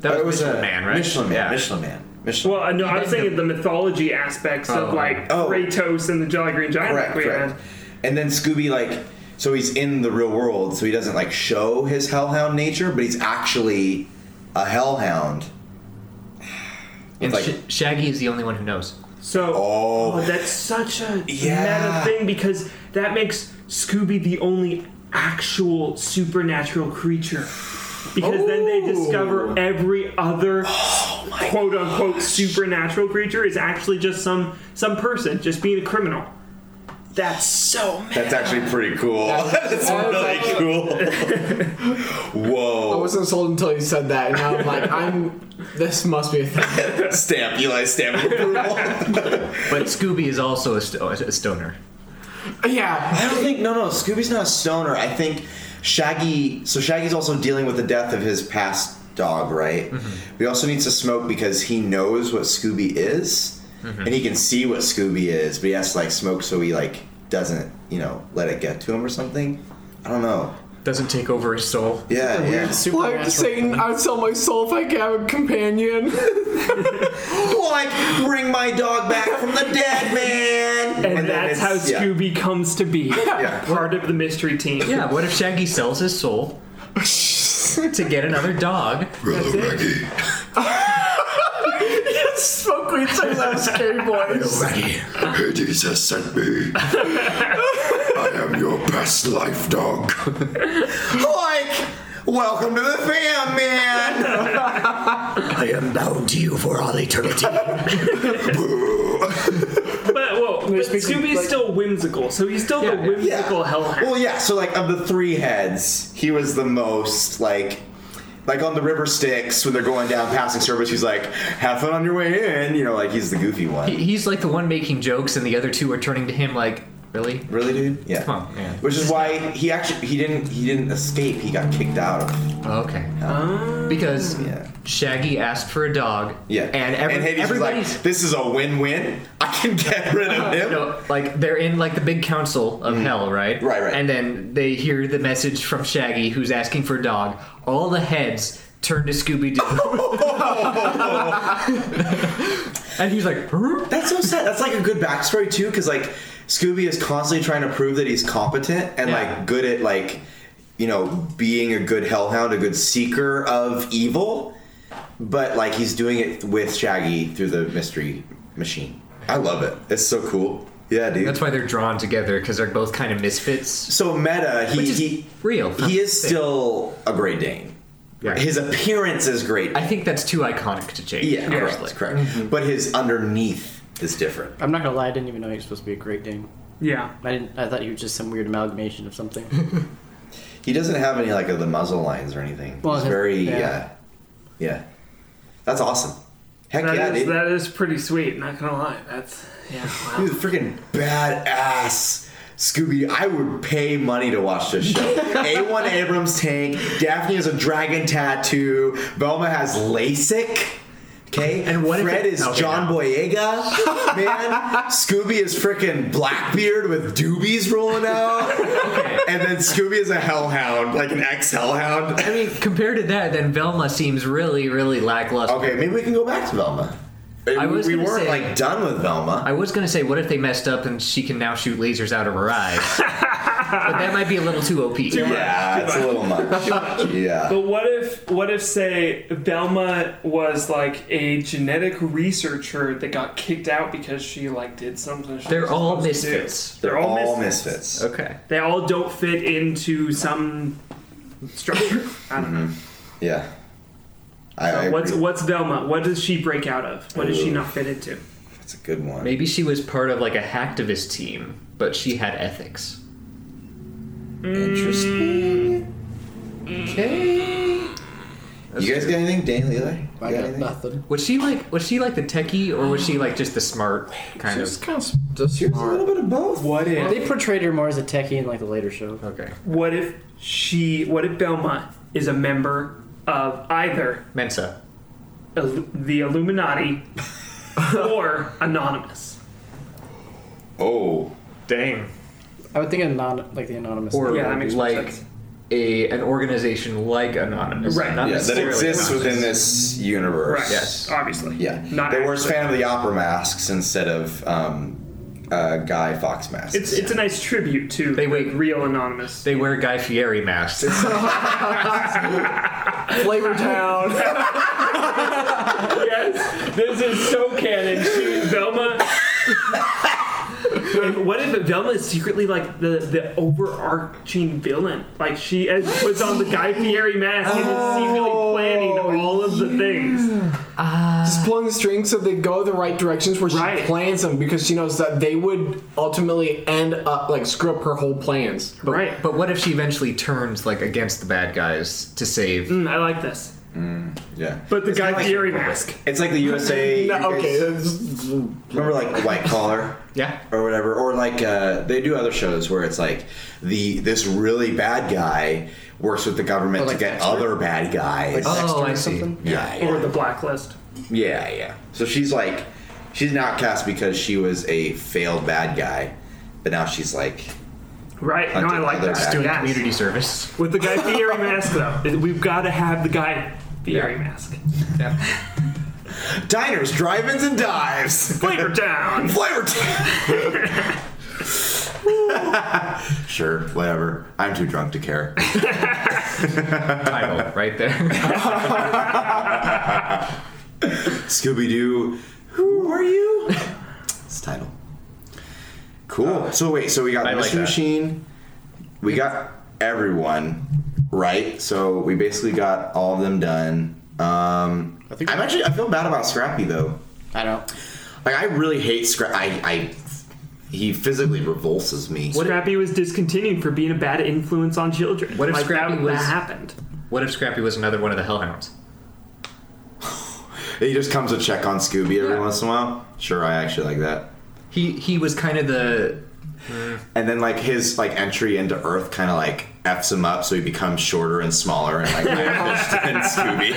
Speaker 4: that was,
Speaker 3: It
Speaker 4: Michelin Man, right?
Speaker 3: Michelin Man.
Speaker 4: Yeah.
Speaker 3: Michelin Man. Michelin.
Speaker 2: well, uh, no, I was thinking the mythology aspects of
Speaker 4: Oh.
Speaker 2: like
Speaker 3: Oh.
Speaker 2: Kratos and the Jolly Green Giant.
Speaker 3: correct,
Speaker 2: we
Speaker 3: correct.
Speaker 2: had.
Speaker 3: And then Scooby like so he's in the real world, so he doesn't like show his hellhound nature, but he's actually a hellhound.
Speaker 4: And
Speaker 3: Like-
Speaker 4: Sh- Shaggy is the only one who knows.
Speaker 2: So,
Speaker 3: Oh.
Speaker 2: that's such a meta
Speaker 3: Yeah.
Speaker 2: thing because that makes Scooby the only actual supernatural creature. Because then they discover every other
Speaker 3: Oh
Speaker 2: quote unquote supernatural creature is actually just some some person just being a criminal. That's so meta.
Speaker 3: That's actually pretty cool. That's really cool.
Speaker 6: I
Speaker 3: Whoa.
Speaker 6: wasn't sold until you said that, and now I'm like, I'm. This must be a thing.
Speaker 3: Stamp, Eli stamp of approval.
Speaker 4: But Scooby is also a, sto- a stoner.
Speaker 6: Yeah.
Speaker 3: I don't think no no Scooby's not a stoner. I think Shaggy so Shaggy's also dealing with the death of his past dog, right? But he also needs to smoke because he knows what Scooby is and he can see what Scooby is, but he has to like smoke so he like doesn't, you know, let it get to him or something. I don't know.
Speaker 4: Doesn't take over his soul.
Speaker 3: Yeah, yeah.
Speaker 6: Like Satan, I would sell my soul if I could have a companion.
Speaker 3: Like, bring my dog back from the dead, man.
Speaker 2: And,
Speaker 3: then
Speaker 2: that's how
Speaker 3: it's- yeah.
Speaker 2: Scooby comes to be
Speaker 3: Yeah.
Speaker 2: part of the mystery team.
Speaker 4: Yeah. What if Shaggy sells his soul to get another dog?
Speaker 8: Brother Reggie.
Speaker 6: Smoke weed so I was scary boys.
Speaker 8: Reggie. Hades has sent me. I am your best life dog.
Speaker 3: Like, welcome to the fam, man.
Speaker 8: I am bound to you for all eternity.
Speaker 2: But well, but
Speaker 7: speaking,
Speaker 2: Scooby's
Speaker 7: like-
Speaker 2: still whimsical, so he's still the
Speaker 4: Yeah, yeah.
Speaker 2: whimsical hellhound.
Speaker 3: Well, yeah. So like, of the three heads, he was the most like. Like on the river Styx, when they're going down passing service, he's like, "Have fun on your way in," you know, like he's the goofy
Speaker 4: He-
Speaker 3: one.
Speaker 4: He's like the one making jokes, and the other two are turning to him like, "Really?
Speaker 3: Really, dude? Yeah.
Speaker 4: Come on, man."
Speaker 3: Which is why he actually he didn't he didn't escape. He got kicked out of
Speaker 4: Oh, okay. because
Speaker 3: yeah.
Speaker 4: Shaggy asked for a dog.
Speaker 3: Yeah.
Speaker 4: And, every-
Speaker 3: Hades was
Speaker 4: everybody's.
Speaker 3: like, this is a win-win. I can get rid of him.
Speaker 4: No, like they're in like the big council of hell, right?
Speaker 3: Right, right.
Speaker 4: And then they hear the message from Shaggy, who's asking for a dog. All the heads turn to Scooby Doo, and he's like, "Huh?"
Speaker 3: That's so sad. That's like a good backstory too, because like Scooby is constantly trying to prove that he's competent and
Speaker 4: Yeah.
Speaker 3: like good at like you know being a good hellhound, a good seeker of evil, but like he's doing it with Shaggy through the mystery machine. I love it. It's so cool. Yeah, dude.
Speaker 4: That's why they're drawn together because they're both kind of misfits.
Speaker 3: so meta. He
Speaker 4: Which is
Speaker 3: he
Speaker 4: real.
Speaker 3: He is still a Great Dane.
Speaker 4: Right.
Speaker 3: His appearance is great.
Speaker 4: I think that's too iconic to change.
Speaker 3: yeah, correct.
Speaker 4: honestly.
Speaker 3: correct. But his underneath is different.
Speaker 7: I'm not gonna lie, I didn't even know he was supposed to be a Great Dane.
Speaker 2: Yeah.
Speaker 7: I didn't. I thought he was just some weird amalgamation of something.
Speaker 3: He doesn't have any like of the muzzle lines or anything.
Speaker 7: Well,
Speaker 3: He's
Speaker 7: his-
Speaker 3: very yeah.
Speaker 7: yeah.
Speaker 3: yeah, That's awesome. Heck
Speaker 2: That
Speaker 3: yeah,
Speaker 2: is-
Speaker 3: dude.
Speaker 2: that is pretty sweet. Not gonna lie, that's yeah. Wow.
Speaker 3: He's a freaking badass. Scooby, I would pay money to watch this show. A1 Abrams tank. Daphne has a dragon tattoo. Velma has LASIK. Okay,
Speaker 4: And what if
Speaker 3: Fred
Speaker 4: it-
Speaker 3: is
Speaker 4: okay,
Speaker 3: John
Speaker 4: no.
Speaker 3: Boyega, man. Scooby is freaking Blackbeard with doobies rolling out, and then Scooby is a hellhound, like an ex hellhound.
Speaker 4: I mean, compared to that, then Velma seems really, really lackluster.
Speaker 3: Okay, maybe we can go back to Velma.
Speaker 4: I was
Speaker 3: we
Speaker 4: gonna
Speaker 3: weren't
Speaker 4: say-
Speaker 3: like done with Velma.
Speaker 4: I was gonna say, what if they messed up and she can now shoot lasers out of her eyes? but that might be a little too OP.
Speaker 3: yeah, it's a little much. yeah.
Speaker 2: But what if what if say Belma was like a genetic researcher that got kicked out because she like did something? She
Speaker 4: They're
Speaker 2: was
Speaker 4: all
Speaker 2: supposed to do?
Speaker 4: misfits.
Speaker 3: They're all,
Speaker 2: misfits.
Speaker 3: misfits.
Speaker 4: Okay.
Speaker 2: They all don't fit into some structure. I don't know.
Speaker 3: Yeah. I, I
Speaker 2: What's
Speaker 3: agree.
Speaker 2: what's Velma? What does she break out of? What does she not fit into?
Speaker 3: That's a good one.
Speaker 4: Maybe she was part of like a hacktivist team, but she had ethics.
Speaker 3: Interesting.
Speaker 4: Okay.
Speaker 3: you guys got anything, Dan Eli? You got
Speaker 7: I got
Speaker 3: anything?
Speaker 7: nothing.
Speaker 4: Was she like was she like the techie or was she like just the smart kind
Speaker 6: It's
Speaker 4: of?
Speaker 6: kind of just
Speaker 3: Here's a little bit of both.
Speaker 2: What if
Speaker 7: They portrayed her more as a techie in like the later show.
Speaker 4: Okay.
Speaker 2: what if she what if Belma is a member of either
Speaker 4: Mensa.
Speaker 2: Il- the Illuminati or Anonymous?
Speaker 3: Oh,
Speaker 4: Dang.
Speaker 7: I would think anon- like the anonymous.
Speaker 4: Or
Speaker 2: Yeah, that makes more
Speaker 4: like
Speaker 2: sense.
Speaker 4: a an organization like Anonymous,
Speaker 2: Right.
Speaker 4: Not
Speaker 3: yeah, that
Speaker 4: necessarily
Speaker 3: exists
Speaker 4: Anonymous.
Speaker 3: within this universe.
Speaker 2: Right.
Speaker 4: Yes.
Speaker 2: Obviously.
Speaker 3: Yeah,
Speaker 2: Not
Speaker 3: they were a
Speaker 2: actually.
Speaker 3: fan of the opera masks instead of um, uh, Guy Fox masks.
Speaker 2: It's it's a nice tribute to
Speaker 4: They
Speaker 2: the
Speaker 4: wait-
Speaker 2: real anonymous.
Speaker 4: They wear Guy Fieri masks.
Speaker 6: Flavor Town.
Speaker 2: yes, this is so canon. She, Velma. And what if Velma is secretly like the, the overarching villain? Like she as puts on the Guy Fieri mask and is secretly planning all of the things.
Speaker 6: Just pulling the strings so they go the right directions where she
Speaker 2: Right.
Speaker 6: plans them because she knows that they would ultimately end up like screw up her whole plans. But
Speaker 2: Right.
Speaker 4: But what if she eventually turns like against the bad guys to save?
Speaker 2: Mm, I like this.
Speaker 3: yeah,
Speaker 2: But the Guy
Speaker 3: kinda like-
Speaker 2: Fieri mask.
Speaker 3: it's like the USA.
Speaker 6: No,
Speaker 3: you guys
Speaker 6: okay, that's,
Speaker 3: remember like White Collar.
Speaker 4: Yeah.
Speaker 3: or whatever or like uh, they do other shows where it's like the this really bad guy works with the government
Speaker 7: Or like
Speaker 3: to get
Speaker 7: Dexter?
Speaker 3: other bad guys
Speaker 4: Oh, I see.
Speaker 3: yeah
Speaker 2: Or
Speaker 3: yeah.
Speaker 2: the blacklist.
Speaker 3: yeah yeah so she's like she's an outcast because she was a failed bad guy but now she's like
Speaker 2: Right. No, I
Speaker 3: Hunting
Speaker 2: like
Speaker 3: other
Speaker 2: that.
Speaker 3: bad
Speaker 4: Doing
Speaker 2: Yes.
Speaker 4: community service.
Speaker 2: With the Guy Fieri mask though. We've gotta have the Guy Fieri mask.
Speaker 4: Yeah.
Speaker 3: diners drive-ins and dives
Speaker 2: Flavor Town!
Speaker 3: flavor sure whatever i'm too drunk to care
Speaker 4: Title right there.
Speaker 3: Scooby-Doo who are you it's the title Cool. so wait, so we got
Speaker 4: I like
Speaker 3: Mystery
Speaker 4: that.
Speaker 3: Machine. We got everyone, right? So we basically got all of them done. Um, I
Speaker 7: think-
Speaker 3: am actually I feel bad about Scrappy though.
Speaker 7: I know.
Speaker 3: Like I really hate Scrappy. I, I he physically revulses me.
Speaker 2: Scrappy was discontinued for being a bad influence on children.
Speaker 4: What if
Speaker 2: Like,
Speaker 4: Scrappy
Speaker 2: that,
Speaker 4: was-
Speaker 2: that happened?
Speaker 4: What if Scrappy was another one of the Hellhounds?
Speaker 3: He just comes to check on Scooby every once in a while. Sure, I actually like that.
Speaker 4: He he was kind of the
Speaker 3: And then like his like entry into Earth kind of like f's him up, so he becomes shorter and smaller and like higher than Scooby.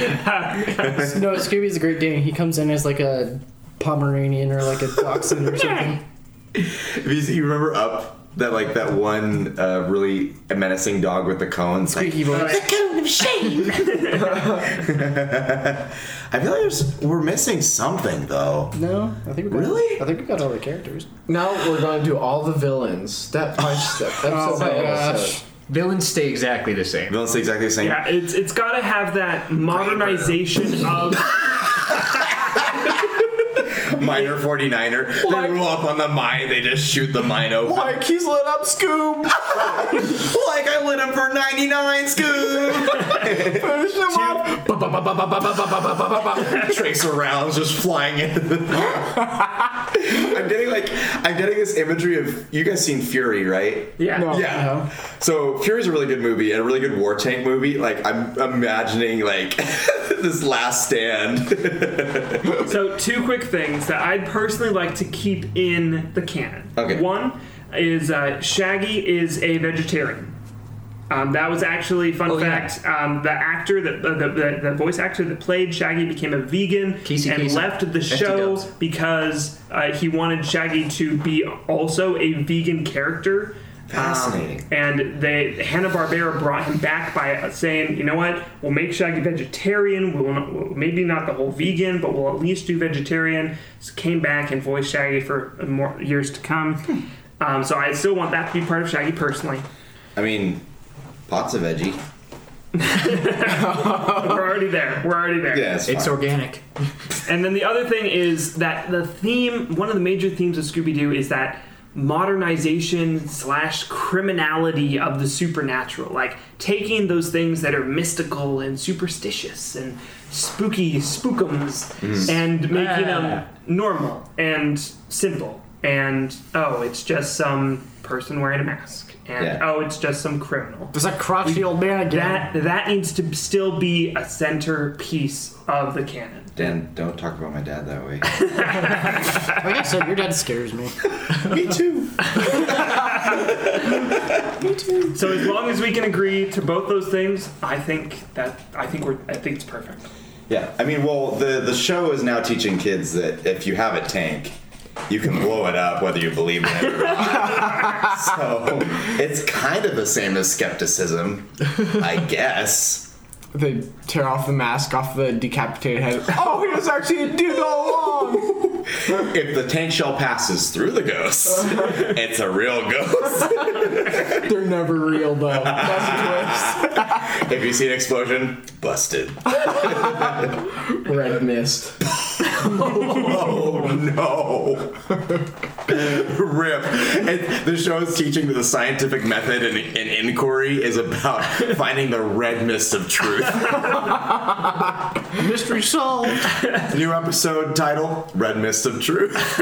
Speaker 7: No, Scooby's a great Dane. He comes in as like a Pomeranian or like a dachshund or something.
Speaker 3: Because you remember up that like that one uh, really menacing dog with the cones. Like,
Speaker 7: Squeaky voice.
Speaker 3: the cone of shame. I feel like there's, we're missing something though.
Speaker 7: No, I think we got,
Speaker 3: Really?
Speaker 7: I think we got all the characters.
Speaker 6: now we're going to do all the villains step by step. Episode
Speaker 7: Oh my
Speaker 6: by episode.
Speaker 7: gosh.
Speaker 4: villains stay exactly the same.
Speaker 3: Villains say exactly the same.
Speaker 2: Yeah, it's it's got to have that modernization of
Speaker 3: Miner 49er.
Speaker 6: Why-
Speaker 3: They roll up on the mine. They just shoot the mine open.
Speaker 6: Like he's lit up, Scoob.
Speaker 3: Like I lit him for 99 scoop.
Speaker 6: Finish him off.
Speaker 3: Tracer rounds just flying in. I'm getting like I'm getting this imagery of you guys seen Fury, right?
Speaker 2: yeah.
Speaker 6: No.
Speaker 3: Yeah. So Fury's a really good movie and a really good war tank movie. Like I'm imagining like this last stand.
Speaker 2: So two quick things that I'd personally like to keep in the canon.
Speaker 3: Okay.
Speaker 2: One is uh, Shaggy is a vegetarian. Um, that was actually fun
Speaker 4: Oh, yeah.
Speaker 2: fact. Um, the actor that uh, the, the, the voice actor that played Shaggy became a vegan
Speaker 4: Casey
Speaker 2: and
Speaker 4: Kasem.
Speaker 2: left the
Speaker 4: SD
Speaker 2: show
Speaker 4: dubs.
Speaker 2: because uh, he wanted Shaggy to be also a vegan character.
Speaker 3: Fascinating.
Speaker 2: And they Hanna Barbera brought him back by uh, saying, you know what, we'll make Shaggy vegetarian. We'll, not, we'll maybe not the whole vegan, but we'll at least do vegetarian. So came back and voiced Shaggy for more years to come. Um, so I still want that to be part of Shaggy personally.
Speaker 3: I mean, pots of veggie.
Speaker 2: We're already there. We're already there.
Speaker 3: Yeah, it's,
Speaker 4: It's
Speaker 3: fine.
Speaker 4: organic.
Speaker 2: And then the other thing is that the theme, one of the major themes of Scooby Doo is that modernization slash criminality of the supernatural. Like taking those things that are mystical and superstitious and spooky spookums and making them normal and simple. And oh, it's just some person wearing a mask. And
Speaker 3: Yeah.
Speaker 2: oh, it's just some criminal
Speaker 7: There's a crotchety old man again.
Speaker 2: that that needs to still be a centerpiece of the canon.
Speaker 3: Dan, don't talk about my dad that way.
Speaker 7: Like I said, your dad scares me.
Speaker 3: Me too.
Speaker 2: So as long as we can agree to both those things, I think that I think we're I think it's perfect.
Speaker 3: Yeah, I mean, well, the the show is now teaching kids that if you have a tank, you can blow it up whether you believe in it or not. so it's kind of the same as skepticism, I guess.
Speaker 6: They tear off the mask off the decapitated head. Oh, he was actually a dude all along.
Speaker 3: If the tank shell passes through the ghost, it's a real ghost.
Speaker 6: They're never real though. That's a
Speaker 3: If you see an explosion, busted.
Speaker 6: twist. Red mist.
Speaker 3: Oh no! Rip. It, the show is teaching that the scientific method and, and inquiry is about finding the red mist of truth.
Speaker 7: Mystery solved.
Speaker 3: New episode title: Red Mist of Truth.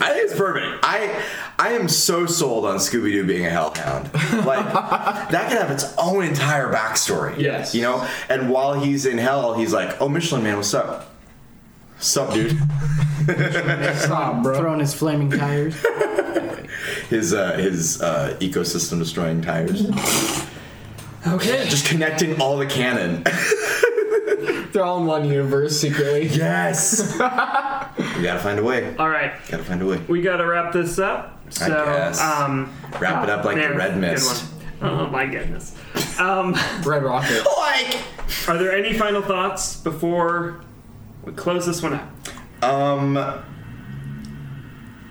Speaker 3: I think it's perfect. I I am so sold on Scooby Doo being a hellhound. Like that could have its own entire backstory.
Speaker 6: Yes.
Speaker 3: you know. And while he's in hell, he's like, "Oh, Michelin Man, what's up? Sup, dude."
Speaker 6: Stop, bro.
Speaker 7: Throwing his flaming tires.
Speaker 3: his uh, his uh, ecosystem destroying tires.
Speaker 6: Okay.
Speaker 3: Just connecting all the cannon.
Speaker 6: They're all in one universe secretly.
Speaker 3: Yes. we gotta find a way.
Speaker 2: All right,
Speaker 3: Gotta find a way.
Speaker 2: we got to wrap this up. So,
Speaker 3: guess.
Speaker 2: um,
Speaker 3: Wrap it up like
Speaker 2: there,
Speaker 3: the red
Speaker 2: good
Speaker 3: mist.
Speaker 2: one. Oh my goodness. Um,
Speaker 6: Red Rocket.
Speaker 3: Like.
Speaker 2: are there any final thoughts before we close this one up?
Speaker 3: Um.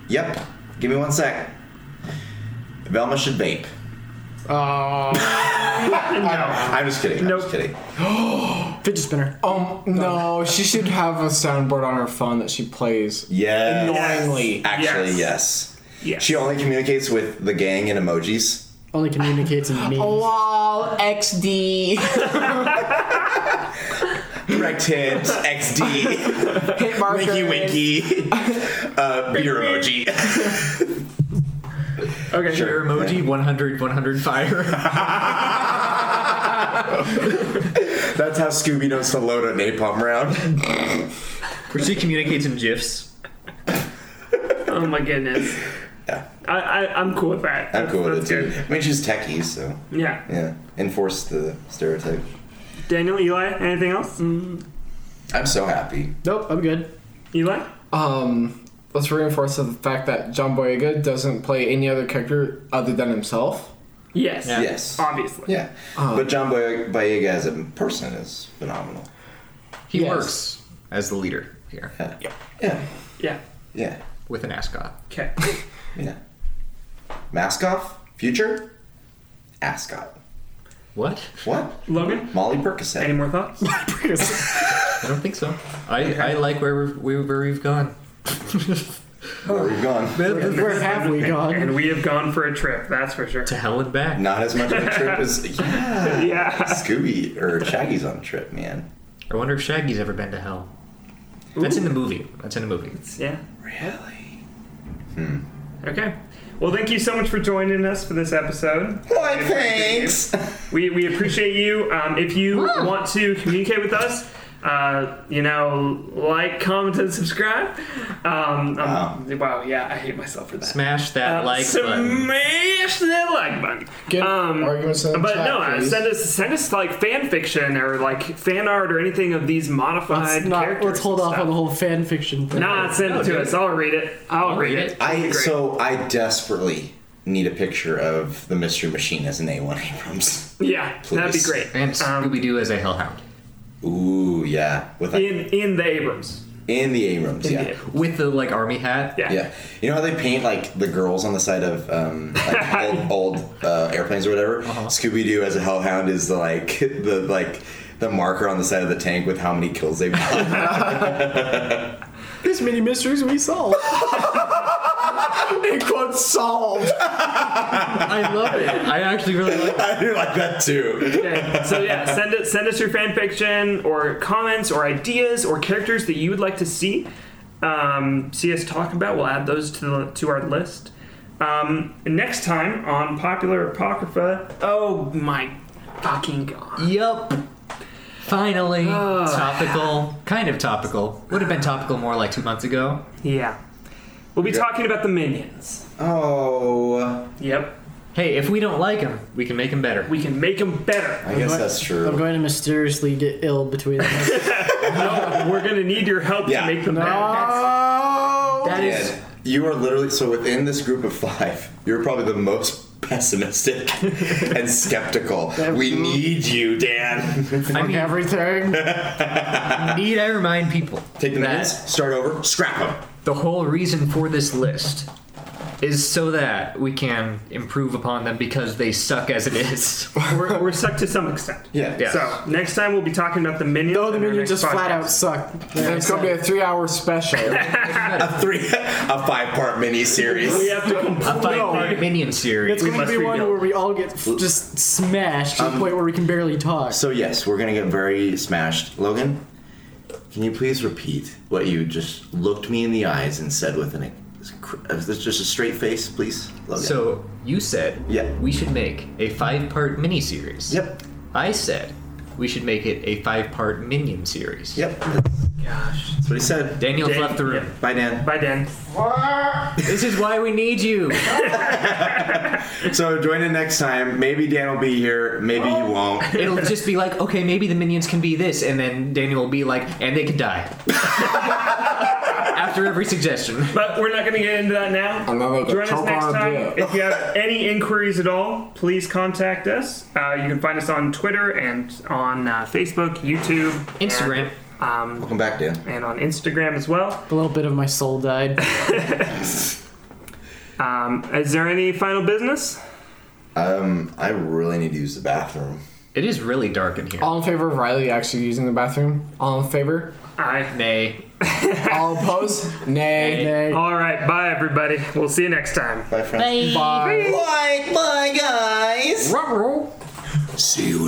Speaker 3: Yep. Give me one sec. Velma should vape.
Speaker 6: Oh.
Speaker 3: I'm just kidding. I'm
Speaker 2: Nope.
Speaker 3: just kidding.
Speaker 7: Fidget spinner.
Speaker 6: um, no, she should have a soundboard on her phone that she plays.
Speaker 3: Yes.
Speaker 6: Annoyingly.
Speaker 3: Actually,
Speaker 2: Yes.
Speaker 3: yes.
Speaker 2: Yes.
Speaker 3: She only communicates with the gang in emojis.
Speaker 7: Only communicates in memes.
Speaker 6: Oh. Lol, XD.
Speaker 3: Direct hit. XD.
Speaker 6: Hit marker.
Speaker 3: Winky winky. Uh, beer emoji.
Speaker 2: Okay.
Speaker 4: Your emoji 100 100 fire.
Speaker 3: That's how Scooby knows to load a napalm round.
Speaker 4: Where she communicates in GIFs.
Speaker 2: Oh my goodness.
Speaker 3: Yeah.
Speaker 2: I, I I'm cool with that.
Speaker 3: I'm cool with it
Speaker 2: That's
Speaker 3: too. I mean, she's techie, so
Speaker 2: good. Yeah.
Speaker 3: yeah. Enforce the stereotype.
Speaker 2: Daniel, Eli, anything else?
Speaker 3: I'm so happy.
Speaker 7: Nope, I'm good.
Speaker 2: Eli.
Speaker 6: Um, let's reinforce the fact that John Boyega doesn't play any other character other than himself.
Speaker 2: Yes.
Speaker 3: Yes.
Speaker 2: Obviously.
Speaker 3: Yeah, but John Boy- Boyega as a person is phenomenal.
Speaker 4: He
Speaker 6: Yes.
Speaker 4: works as the leader here
Speaker 3: Yeah, yeah,
Speaker 2: Yeah.
Speaker 3: yeah.
Speaker 4: with an ascot.
Speaker 2: Okay.
Speaker 3: yeah. Mask off, future, ascot.
Speaker 4: What?
Speaker 3: What?
Speaker 2: Logan.
Speaker 3: Molly
Speaker 2: Any
Speaker 3: Percocet.
Speaker 2: more thoughts?
Speaker 4: I don't think so. I, I like where we've, we- where we've gone.
Speaker 3: Where we've gone?
Speaker 7: Where have we gone?
Speaker 2: and we have gone for a trip. That's for sure.
Speaker 4: To hell and back.
Speaker 3: Not as much of a trip as yeah.
Speaker 2: Yeah.
Speaker 3: Scooby or Shaggy's on a trip, man.
Speaker 4: I wonder if Shaggy's ever been to hell. That's in the movie. That's in the movie.
Speaker 2: Yeah.
Speaker 3: Really?
Speaker 2: Okay. Well, thank you so much for joining us for this episode.
Speaker 3: Why? Thanks.
Speaker 2: We, we appreciate you. Um, if you want to communicate with us, uh, you know, like, comment, and subscribe. Um, um, wow. yeah, I hate myself for that.
Speaker 4: Smash that
Speaker 2: Uh,
Speaker 4: like button.
Speaker 2: Smash that like button.
Speaker 6: Get
Speaker 2: Um,
Speaker 6: arguments in the
Speaker 2: But
Speaker 6: chat,
Speaker 2: no, uh,
Speaker 6: please.
Speaker 2: send us send us like fan fiction or like fan art or anything of these modified
Speaker 7: Let's, not,
Speaker 2: characters.
Speaker 7: let's hold
Speaker 2: and
Speaker 7: off
Speaker 2: stuff.
Speaker 7: on the whole fan fiction thing.
Speaker 2: Nah, send it to us. I'll read it. I'll, read
Speaker 4: read
Speaker 2: it.
Speaker 4: it.
Speaker 3: I
Speaker 2: Great.
Speaker 3: so I desperately need a picture of the Mystery Machine as an A1 Abrams.
Speaker 2: Yeah, that'd be
Speaker 3: Please.
Speaker 2: great.
Speaker 4: And Scooby Doo as a hellhound.
Speaker 3: Ooh, yeah. With a, in,
Speaker 2: In in the Abrams.
Speaker 3: the Abrams, yeah.
Speaker 2: the-
Speaker 4: With the like army hat.
Speaker 2: Yeah.
Speaker 3: Yeah, you know how they paint like the girls on the side of um, like old, old uh, airplanes or whatever. Scooby Doo as a hellhound is the like the like the marker on the side of the tank with how many kills they've got.
Speaker 7: This many mysteries we solved.
Speaker 6: It quotes solved.
Speaker 4: I love it. I actually really like it.
Speaker 3: I do like that too.
Speaker 2: Okay, So yeah, send it. Send us your fan fiction or comments or ideas or characters that you would like to see. Um, see us talk about. We'll add those to the, to our list. Um, next time on popular apocrypha. Oh my fucking god!
Speaker 4: Yup. Finally, topical. Kind of topical. Would have been topical more like two months ago.
Speaker 2: Yeah, we'll be talking about the minions.
Speaker 3: Oh,
Speaker 2: Yep,
Speaker 4: Hey, if we don't like him, we can make him better.
Speaker 2: we can make them better.
Speaker 3: I guess that's
Speaker 7: I'm
Speaker 3: true.
Speaker 7: going to mysteriously get ill between us.
Speaker 2: We're gonna need your help
Speaker 3: Yeah.
Speaker 2: to make them better.
Speaker 7: Ah,
Speaker 5: That
Speaker 3: man,
Speaker 5: is-
Speaker 3: Oh! you are literally so within this group of five. You're probably the most pessimistic and skeptical. we need you, Dan.
Speaker 4: I mean,
Speaker 7: Everything.
Speaker 4: need I remind people
Speaker 3: Take the
Speaker 4: that
Speaker 3: minutes, start over, scrap them.
Speaker 4: the whole reason for this list is so that we can improve upon them because they suck as it is.
Speaker 2: We're, we're stuck to some extent.
Speaker 3: Yeah.
Speaker 4: Yeah.
Speaker 2: So next time we'll be talking about Oh, the minions.
Speaker 6: No, the
Speaker 2: in our
Speaker 6: menu
Speaker 2: next
Speaker 6: just flat
Speaker 2: podcast.
Speaker 6: out suck. And it's gonna be a three-hour special.
Speaker 3: A three, a five-part mini
Speaker 2: We
Speaker 3: series.
Speaker 2: have to
Speaker 4: A five
Speaker 2: completely.
Speaker 4: part minion
Speaker 7: It's
Speaker 4: series.
Speaker 7: going to
Speaker 2: must
Speaker 7: be one
Speaker 2: rebuild.
Speaker 7: where we all get f- just smashed to the point where we can barely talk.
Speaker 3: So yes, we're gonna get very smashed. Logan, can you please repeat what you just looked me in the eyes and said with an it's just a straight face, please? Logan.
Speaker 4: So you said
Speaker 3: Yeah.
Speaker 4: we should make a five part mini series.
Speaker 3: Yep.
Speaker 4: I said we should make it a five part minion series.
Speaker 3: Yep. That's,
Speaker 2: Gosh.
Speaker 3: that's what he said.
Speaker 4: Daniel's
Speaker 2: Dan-
Speaker 4: left the room.
Speaker 3: Bye, Dan.
Speaker 2: Bye, Dan.
Speaker 4: This is why we need you.
Speaker 3: So join in next time. Maybe Dan will be here. Maybe he won't.
Speaker 4: It'll just be like, okay, maybe the minions can be this, and then Daniel will be like, and they can die. After every suggestion.
Speaker 2: But we're not going to get into that now.
Speaker 6: And then they get
Speaker 2: Join us
Speaker 6: choke
Speaker 2: next
Speaker 6: on a
Speaker 2: time.
Speaker 6: dick.
Speaker 2: If you have any inquiries at all, please contact us. Uh, you can find us on Twitter and on uh, Facebook, YouTube,
Speaker 4: Instagram.
Speaker 2: and, um,
Speaker 3: Welcome back, Dan.
Speaker 2: and on Instagram as well.
Speaker 7: a little bit of my soul died.
Speaker 2: Um, is there any final business?
Speaker 3: Um, I really need to use the bathroom.
Speaker 4: It is really dark in here.
Speaker 6: All in favor of Riley actually using the bathroom? All in favor?
Speaker 2: Aye.
Speaker 4: Nay.
Speaker 6: All opposed? Nay.
Speaker 7: Nay.
Speaker 2: All right. Bye, everybody. We'll see you next time.
Speaker 3: Bye, friends.
Speaker 6: Bye.
Speaker 3: Like, bye, guys.
Speaker 6: Ruh-roh.
Speaker 8: See you